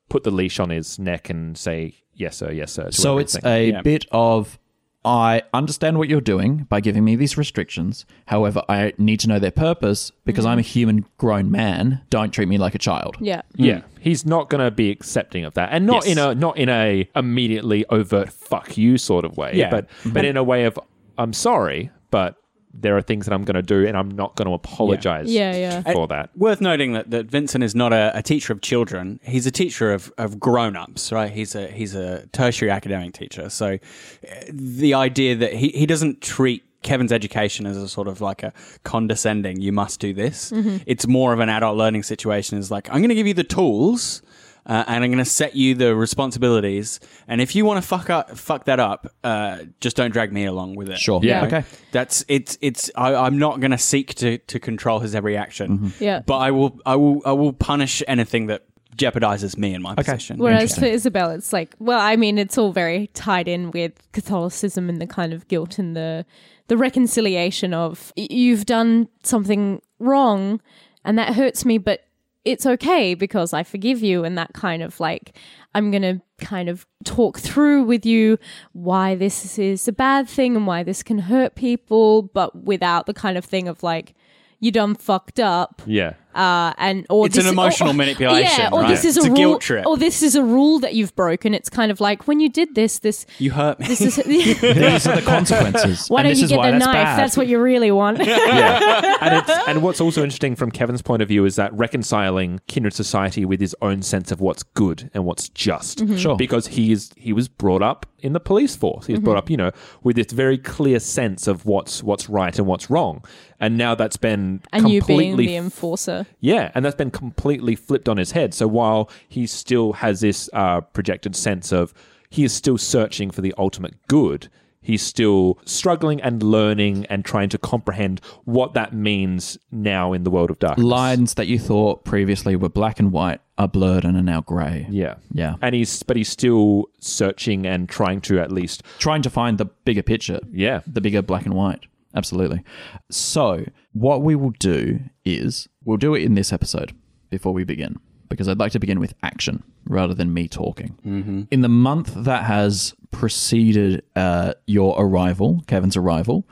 S1: put the leash on his neck and say yes sir, yes sir. to
S2: So it's
S1: everything.
S2: a bit of I understand what you're doing by giving me these restrictions. However, I need to know their purpose because I'm a human grown man. Don't treat me like a child.
S3: Yeah.
S1: Yeah, he's not going to be accepting of that, and not
S4: Yes.
S1: in a not in a immediately overt "fuck you" sort of way.
S4: Yeah.
S1: but
S2: Mm-hmm.
S1: but in a way of "I'm sorry, but there are things that I'm going to do, and I'm not going to apologize
S3: Yeah, yeah.
S1: for that."
S4: Worth noting that, that Vincent is not a, a teacher of children. He's a teacher of, of grown ups, right? He's a he's a tertiary academic teacher. So uh, the idea that he, he doesn't treat Kevin's education as a sort of like a condescending, you must do this. It's more of an adult learning situation. Is like, I'm going to give you the tools. Uh, and I'm going to set you the responsibilities, and if you want to fuck up, fuck that up, uh, just don't drag me along with it.
S2: Sure.
S1: Yeah.
S2: Okay.
S4: That's it's it's I, I'm not going to seek to to control his every action.
S2: Mm-hmm.
S3: Yeah.
S4: But I will I will I will punish anything that jeopardizes me in my position.
S3: Whereas for Isabel, it's like, well, I mean, it's all very tied in with Catholicism and the kind of guilt and the the reconciliation of y- you've done something wrong and that hurts me, but it's okay because I forgive you and that kind of like I'm going to kind of talk through with you why this is a bad thing and why this can hurt people, but without the kind of thing of like you done fucked up
S1: Yeah,
S3: uh, and or
S4: It's
S3: this
S4: an
S3: is-
S4: emotional
S3: or-
S4: manipulation,
S3: Yeah, or
S4: right?
S3: this is
S4: It's
S3: a,
S4: a
S3: rule,
S4: guilt trip.
S3: or this is a rule that you've broken. It's kind of like when you did this, this
S4: You hurt me.
S3: this is why
S2: These are the consequences. and
S3: don't
S2: this
S3: you
S2: is
S3: get
S2: why
S3: a
S2: that's
S3: knife?
S2: bad.
S3: That's what you really want.
S1: yeah. And, it's, and what's also interesting from Kevin's point of view is that reconciling kindred society with his own sense of what's good and what's just.
S3: Mm-hmm.
S2: Sure.
S1: Because he is he was brought up in the police force. He was
S3: Mm-hmm.
S1: brought up, you know, with this very clear sense of what's what's right and what's wrong. And now that's been
S3: and you
S1: completely
S3: being the enforcer.
S1: yeah, and that's been completely flipped on his head. So while he still has this uh, projected sense of he is still searching for the ultimate good, he's still struggling and learning and trying to comprehend what that means now in the world of darkness.
S2: Lines that you thought previously were black and white are blurred and are now grey.
S1: Yeah.
S2: Yeah.
S1: And he's but he's still searching and trying to at least
S2: Trying to find the bigger picture.
S1: Yeah.
S2: the bigger black and white. Absolutely. So, what we will do is we'll do it in this episode before we begin, because I'd like to begin with action rather than me talking. Mm-hmm. In the month that has preceded uh, your arrival, Kevin's arrival,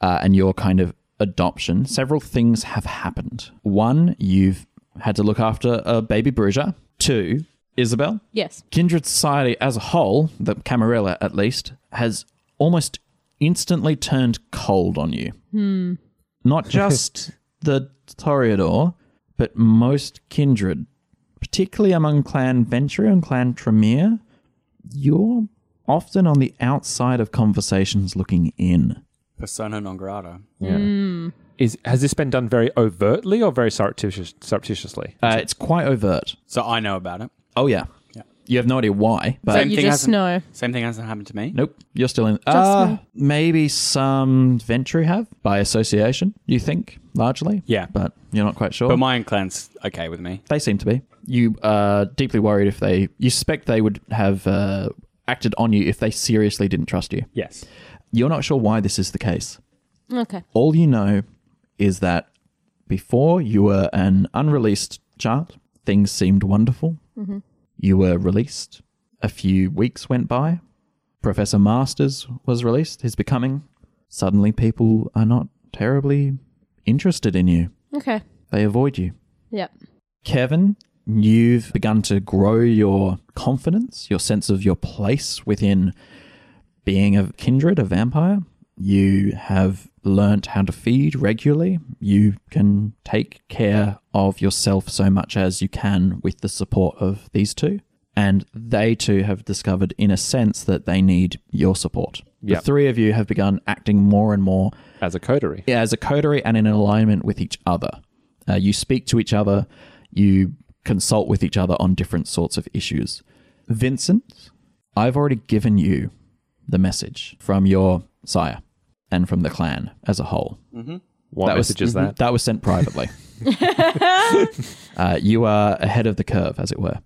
S2: uh, and your kind of adoption, several things have happened. One, you've had to look after a baby Bruja. Two, Isabel,
S3: Yes,
S2: Kindred society as a whole, the Camarilla at least, has almost instantly turned cold on you.
S6: Hmm.
S2: Not just the Toreador, but most kindred, particularly among Clan Venture and Clan Tremere, you're often on the outside of conversations looking in.
S4: persona non grata.
S3: Hmm.
S1: is has this been done very overtly or very surreptitious, surreptitiously?
S2: Uh, it's quite overt.
S4: So I know about it.
S2: Oh, yeah. You have no idea why, but
S3: you just
S4: hasn't-
S3: know.
S4: Same thing hasn't happened to me.
S2: Nope, you're still in. Uh, maybe some Venturi have by association. You think largely,
S4: Yeah.
S2: but you're not quite sure.
S4: But my own clan's okay with me.
S2: they seem to be. You are deeply worried if they. You suspect they would have uh, acted on you if they seriously didn't trust you.
S1: Yes.
S2: You're not sure why this is the case.
S3: Okay.
S2: All you know is that before you were an unreleased child, things seemed wonderful.
S3: Mm-hmm.
S2: You were released. A few weeks went by. Professor Masters was released, his becoming. Suddenly, people are not terribly interested in you,
S3: Okay.
S2: they avoid you.
S3: Yep.
S2: Kevin, you've begun to grow your confidence, your sense of your place within being a kindred, a vampire. You have learnt how to feed regularly. You can take care of yourself so much as you can with the support of these two. And they too have discovered, in a sense, that they need your support.
S1: Yep.
S2: The three of you have begun acting more and more
S1: as a coterie.
S2: yeah, as a coterie and in alignment with each other. Uh, you speak to each other, you consult with each other on different sorts of issues. Vincent, I've already given you the message from your sire and from the clan as a whole.
S1: Mm-hmm. What message is
S2: mhm,
S1: that?
S2: That was sent privately. uh, you are ahead of the curve, as it were.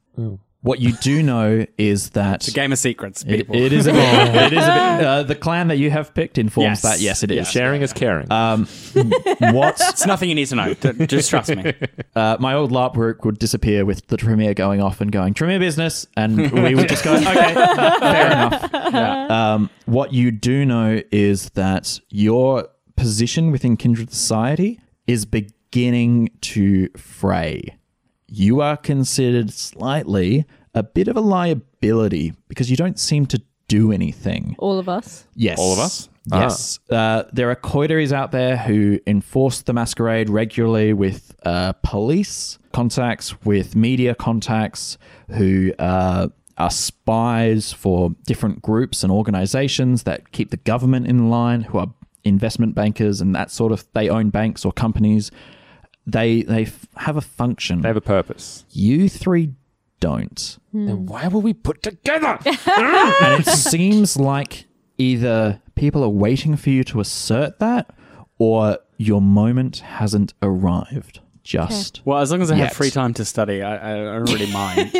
S2: What you do know is that
S4: It's a game of secrets,
S2: It-
S4: people.
S2: it is a bit, it is a bit uh, the clan that you have picked informs
S4: Yes.
S2: that yes, it is. Um,
S1: Sharing is caring.
S2: Hmm. What's
S4: It's nothing you need to know. D- Just trust me.
S2: uh, my old LARP group would disappear with the Tremere going off and going Tremere business, and we would just go, okay, fair enough. Um, what you do know is that your position within Kindred Society is beginning to fray. You are considered slightly a bit of a liability because you don't seem to do anything.
S3: All of us.
S2: Yes.
S1: All of us? Ah.
S2: Yes. Uh, there are coteries out there who enforce the masquerade regularly with uh, police contacts, with media contacts, who uh, are spies for different groups and organizations that keep the government in line, who are investment bankers and that sort of they own banks or companies they they f- have a function
S1: they have a purpose.
S2: you three don't
S1: Then why were we put together?
S2: and it seems like either people are waiting for you to assert that or your moment hasn't arrived just
S4: Well, as long as I
S2: Yet.
S4: have free time to study, I, I I don't really mind.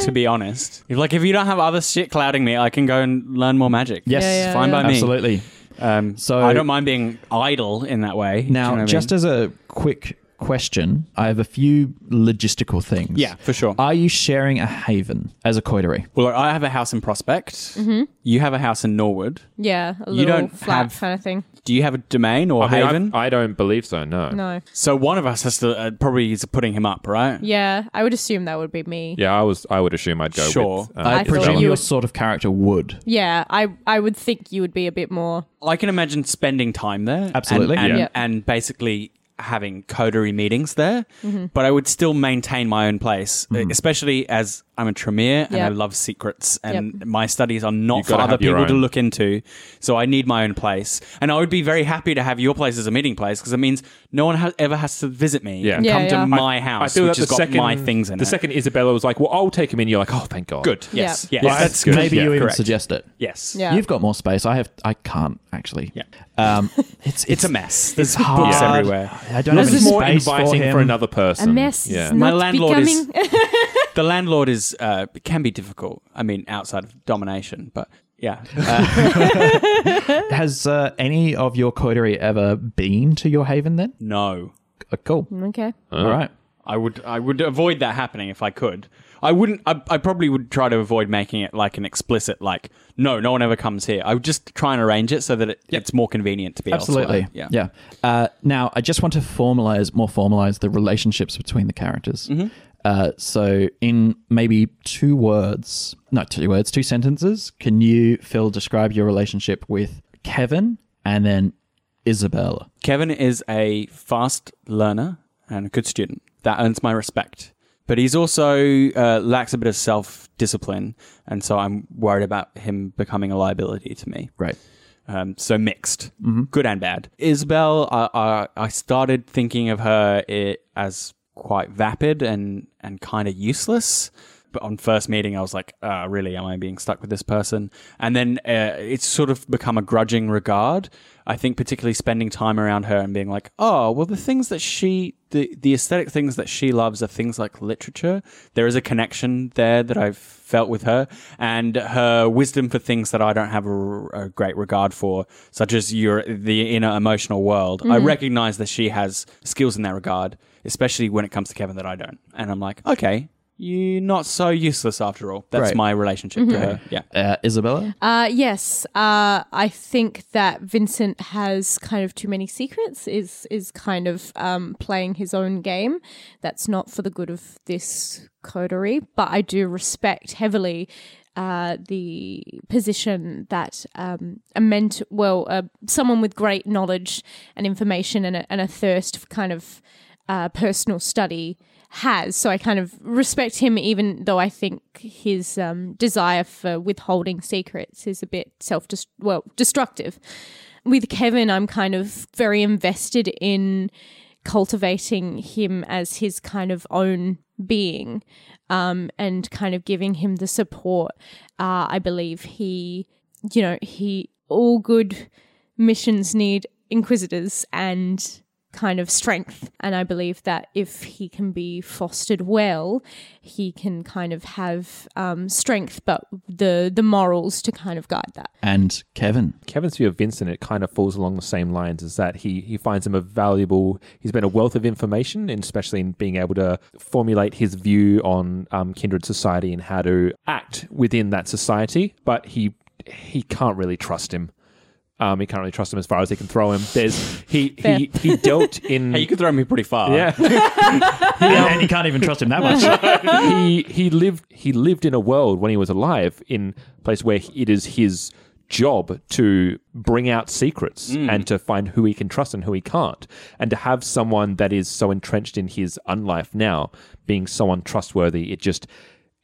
S4: to be honest, if, like if you don't have other shit clouding me, I can go and learn more magic.
S2: Yes. Yeah,
S4: It's fine by me.
S2: absolutely
S4: Um,
S2: So-
S4: so I don't mind being idle in that way. Do you know
S2: now
S4: what I
S2: just
S4: mean?
S2: as a quick question i have a few logistical things
S4: Yeah, for sure.
S2: are you sharing a haven as a coiterie
S4: well, like, I have a house in Prospect.
S2: Mm-hmm.
S4: You have a house in Norwood.
S3: Mm-hmm. Yeah. A little
S4: You don't
S3: flat
S4: have-
S3: kind of thing.
S4: Do you have a domain or
S1: I, mean, I-
S4: haven?
S1: I don't believe so, no.
S3: No.
S4: so one of us has to uh, probably is putting him up, right?
S3: Yeah. I would assume that would be me.
S1: Yeah, I was. I would assume I'd go
S4: Sure.
S1: with. uh,
S2: i
S3: I
S1: Isabella.
S3: thought
S2: presume
S3: you
S2: your
S3: would-
S2: sort of character would
S3: Yeah, I I would think you would be a bit more.
S4: I can imagine spending time there. and-
S2: Absolutely.
S4: And,
S1: Yeah.
S3: Yeah.
S4: and basically having coterie meetings there.
S3: Mm-hmm.
S4: But I would still maintain my own place, e-
S1: Mm-hmm.
S4: especially as I'm a Tremere and
S3: Yeah.
S4: I love secrets and my studies are not
S1: You've
S4: for
S1: gotta
S4: other
S1: have your
S4: people to
S1: own.
S4: look into. So I need my own place. And I would be very happy to have your place as a meeting place because it means no one ha- ever has to visit me
S1: Yeah.
S4: and
S1: Yeah,
S4: come
S3: yeah.
S4: to my
S1: I
S4: house,
S1: feel
S4: which
S1: that
S4: has
S1: the
S4: got
S1: second
S4: my things in
S1: the
S4: it.
S1: second Isabella was like, "Well, I'll take him in." You're like, "Oh, thank God."
S4: Good.
S3: Yeah.
S4: Yes.
S3: Yeah,
S4: Yes.
S1: that's
S4: good.
S2: maybe
S4: Yeah,
S2: you even
S4: correct.
S2: suggest it
S4: Yes.
S3: Yeah.
S2: You've got more space. I have. I can't actually.
S4: Yeah.
S2: Um, it's, it's
S4: It's a mess. There's books
S2: hard.
S4: everywhere.
S2: I don't
S1: This
S2: have
S1: is
S2: any
S1: more
S2: space
S1: inviting
S2: for,
S1: for,
S2: him.
S1: another person.
S3: A mess
S1: Yeah.
S3: is not
S4: Um, My landlord is-
S3: becoming.
S4: the landlord is uh, can be difficult. I mean, outside of domination, but yeah, uh,
S2: Has uh, any of your coterie ever been to your haven then?
S4: no.
S2: Uh, cool.
S3: okay.
S2: All right.
S4: I would I would avoid that happening if I could. I wouldn't. I, I probably would try to avoid making it like an explicit like no, no one ever comes here. I would just try and arrange it so that it, it's more convenient to be
S2: Absolutely.
S4: elsewhere. Yeah.
S2: Yeah. Uh, now, I just want to formalize, more formalize the relationships between the characters.
S4: Mm-hmm.
S2: Uh, so, in maybe two words, not two words, two sentences, can you, Phil, describe your relationship with Kevin and then Isabella?
S4: Kevin is a fast learner and a good student. That earns my respect. But he's also uh, lacks a bit of self discipline, and so I'm worried about him becoming a liability to me.
S2: Right.
S4: Um, so mixed, good and bad. Isabel, I, I, I started eh, thinking of her i as quite vapid and, and kind of useless, but on first meeting, I was like, uh, really, am I being stuck with this person? And then uh, it's sort of become a grudging regard. I think particularly spending time around her and being like, oh, well, the things that she, the, the aesthetic things that she loves are things like literature. There is a connection there that I've felt with her and her wisdom for things that I don't have a, a great regard for, such as your, the inner emotional world. I
S2: Mm-hmm.
S4: recognize that she has skills in that regard, especially when it comes to Kevin that I don't. And I'm like, okay, you're not so useless after all. That's
S2: Right.
S4: my relationship to her. Yeah.
S2: Uh, Isabella?
S3: Uh, yes, uh, I think that Vincent has kind of too many secrets. Is is kind of um, playing his own game. That's not for the good of this coterie. But I do respect heavily uh, the position that um, a mentor, well, uh, someone with great knowledge and information and a, and a thirst for kind of uh, personal study has. So I kind of respect him, even though I think his um, desire for withholding secrets is a bit self dest- well destructive. With Kevin, I'm kind of very invested in cultivating him as his kind of own being um, and kind of giving him the support. Uh, I believe he, you know, he, all good missions need inquisitors and kind of strength. And I believe that if he can be fostered well, he can kind of have um, strength, but the the morals to kind of guide that.
S2: And Kevin.
S1: Kevin's view of Vincent, it kind of falls along the same lines as that. He he finds him a valuable. He's been a wealth of information, and especially in being able to formulate his view on um, kindred society and how to act within that society. But he he can't really trust him. Um, he can't really trust him as far as he can throw him. There's he
S3: Fair.
S1: he, he dealt in
S4: Hey, you could throw me pretty far.
S1: yeah.
S2: and, and you can't even trust him that much.
S1: he he lived he lived in a world when he was alive in a place where it is his job to bring out secrets
S2: Mm.
S1: and to find who he can trust and who he can't and to have someone that is so entrenched in his unlife now being so untrustworthy it just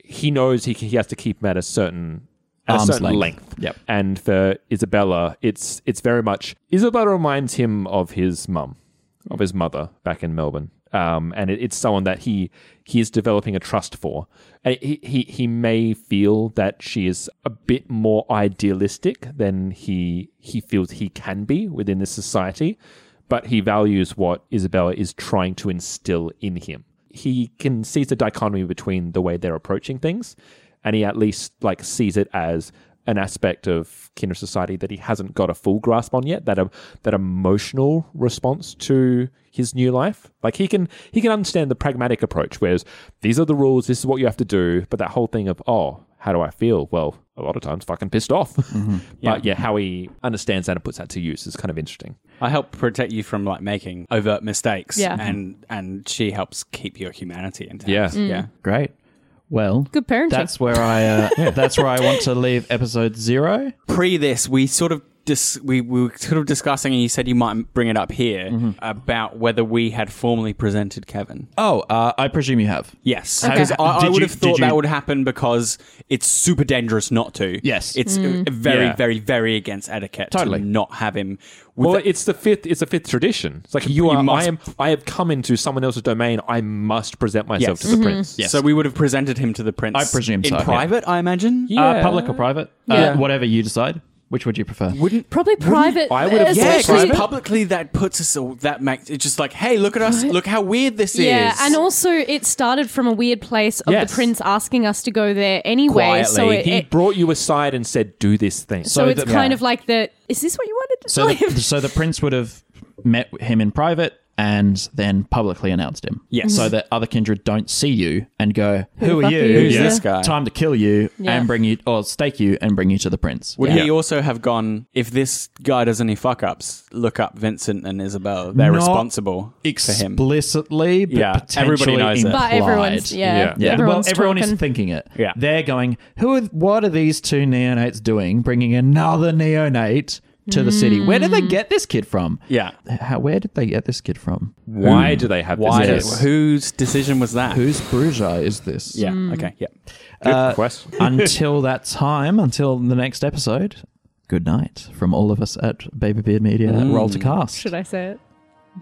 S1: he knows he, he has to keep him at a certain at
S2: Arm's
S1: a certain
S2: length.
S1: length.
S2: Yep.
S1: And for Isabella, it's it's very much Isabella reminds him of his mum, of his mother back in Melbourne. Um, and it, it's someone that he he is developing a trust for. And he, he he may feel that she is a bit more idealistic than he he feels he can be within this society, but he values what Isabella is trying to instill in him. He can sees the dichotomy between the way they're approaching things, and he at least like sees it as an aspect of kindred society that he hasn't got a full grasp on yet. That um, that emotional response to his new life, like he can he can understand the pragmatic approach, whereas these are the rules, this is what you have to do. But that whole thing of oh, how do I feel? Well, a lot of times fucking pissed off.
S2: Mm-hmm.
S1: But yeah, how he understands that and puts that to use is kind of interesting.
S4: I help protect you from like making overt mistakes.
S3: Yeah.
S4: And and she helps keep your humanity intact.
S1: Yeah.
S2: Mm.
S4: Yeah.
S2: Great. Well,
S3: Good parenting.
S2: that's where I uh, that's where I want to leave episode zero.
S4: pre this, we sort of dis- we, we were sort of discussing, and you said you might bring it up here
S2: Mm-hmm.
S4: about whether we had formally presented Kevin.
S2: Oh, uh, I presume you have.
S4: Yes,
S2: Okay.
S4: because I, I
S2: Did
S4: would
S2: you-
S4: have thought
S2: did you-
S4: that would happen because it's super dangerous not to.
S2: Yes.
S4: it's uh, very,
S2: Yeah.
S4: very, very against etiquette
S2: Totally.
S4: to not have him. With
S1: Well,
S4: the-
S1: it's the fifth. It's the fifth tradition. It's like you are.
S4: must-
S1: I am. I have come into someone else's domain. I must present myself
S4: Yes.
S1: to the prince.
S2: Yes.
S4: Mm-hmm. So we would have presented him to the prince.
S2: I presume
S4: in
S2: so, yeah.
S4: private. I imagine.
S2: Uh, public or private?
S1: Yeah.
S2: Uh, whatever you decide. Which would you prefer?
S4: Wouldn't
S3: Probably private.
S1: I would have
S4: Yeah,
S1: Especially-
S4: because
S3: especially-
S1: private.
S4: publicly that puts us all, that makes it's just like, hey, look at us, look how weird this
S3: Yeah,
S4: is.
S3: and also it started from a weird place of
S1: Yes.
S3: the prince asking us to go there anyway. So
S4: Quietly.
S3: it,
S1: He
S3: it-
S1: brought you aside and said, "Do this thing."
S3: so,
S2: So
S3: it's
S2: the-
S3: kind
S2: yeah.
S3: of like the is this what you wanted?
S2: So, the, so the prince would have met him in private and then publicly announced him.
S4: Yes.
S2: So that other kindred don't see you and go, "Who
S3: the
S2: are
S3: fuck
S2: you?
S3: are you?" Who's Yeah.
S4: this guy?
S2: Time to kill you
S3: Yeah.
S2: and bring you, or stake you and bring you to the prince."
S4: Would
S1: Yeah.
S4: he also have gone, if this guy does any fuck ups, look up Vincent and Isabel? They're
S2: Not
S4: responsible for him.
S2: explicitly, but
S4: Yeah,
S2: potentially
S4: everybody knows it.
S2: implied.
S3: but everyone's yeah,
S1: Yeah.
S2: Yeah,
S3: everyone's
S2: well, everyone
S3: talking.
S2: is thinking it.
S4: Yeah.
S2: they're going. Who? Are, what are these two neonates doing? Bringing another neonate to the city? Where did they get this kid from?
S4: Yeah.
S2: How, where did they get this kid from?
S1: Why do they have
S4: Hmm. Why?
S1: this?
S2: Yes.
S4: Whose decision was that?
S2: Whose Bruja is this?
S4: Yeah. Okay. Yeah.
S1: Good question.
S2: Uh, until that time, until the next episode, good Mm. night from all of us at Baby Beard Media. Roll to cast.
S3: Should I say it?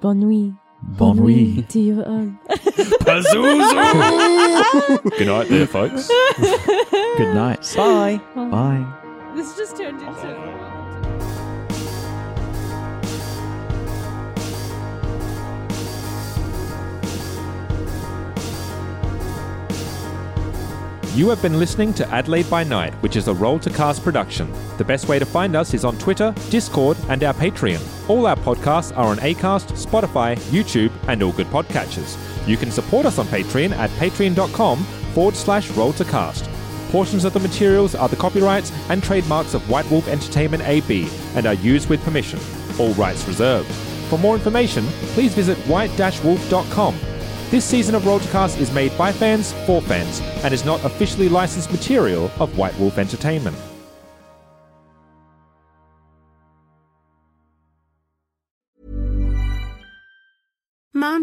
S3: Bonne nuit.
S2: Bon oui.
S3: Do you um
S1: Good night there, folks.
S2: Good night.
S4: Bye.
S2: Bye.
S3: Oh. This just turned into
S1: You have been listening to Adelaide by Night, which is a Roll to Cast production. The best way to find us is on Twitter, Discord, and our Patreon. All our podcasts are on Acast, Spotify, YouTube, and all good podcatchers. You can support us on Patreon at patreon.com forward slash roll to cast. Portions of the materials are the copyrights and trademarks of White Wolf Entertainment AB and are used with permission. All rights reserved. For more information, please visit white-wolf.com. This season of Roll to Cast is made by fans for fans and is not officially licensed material of White Wolf Entertainment.
S7: Mom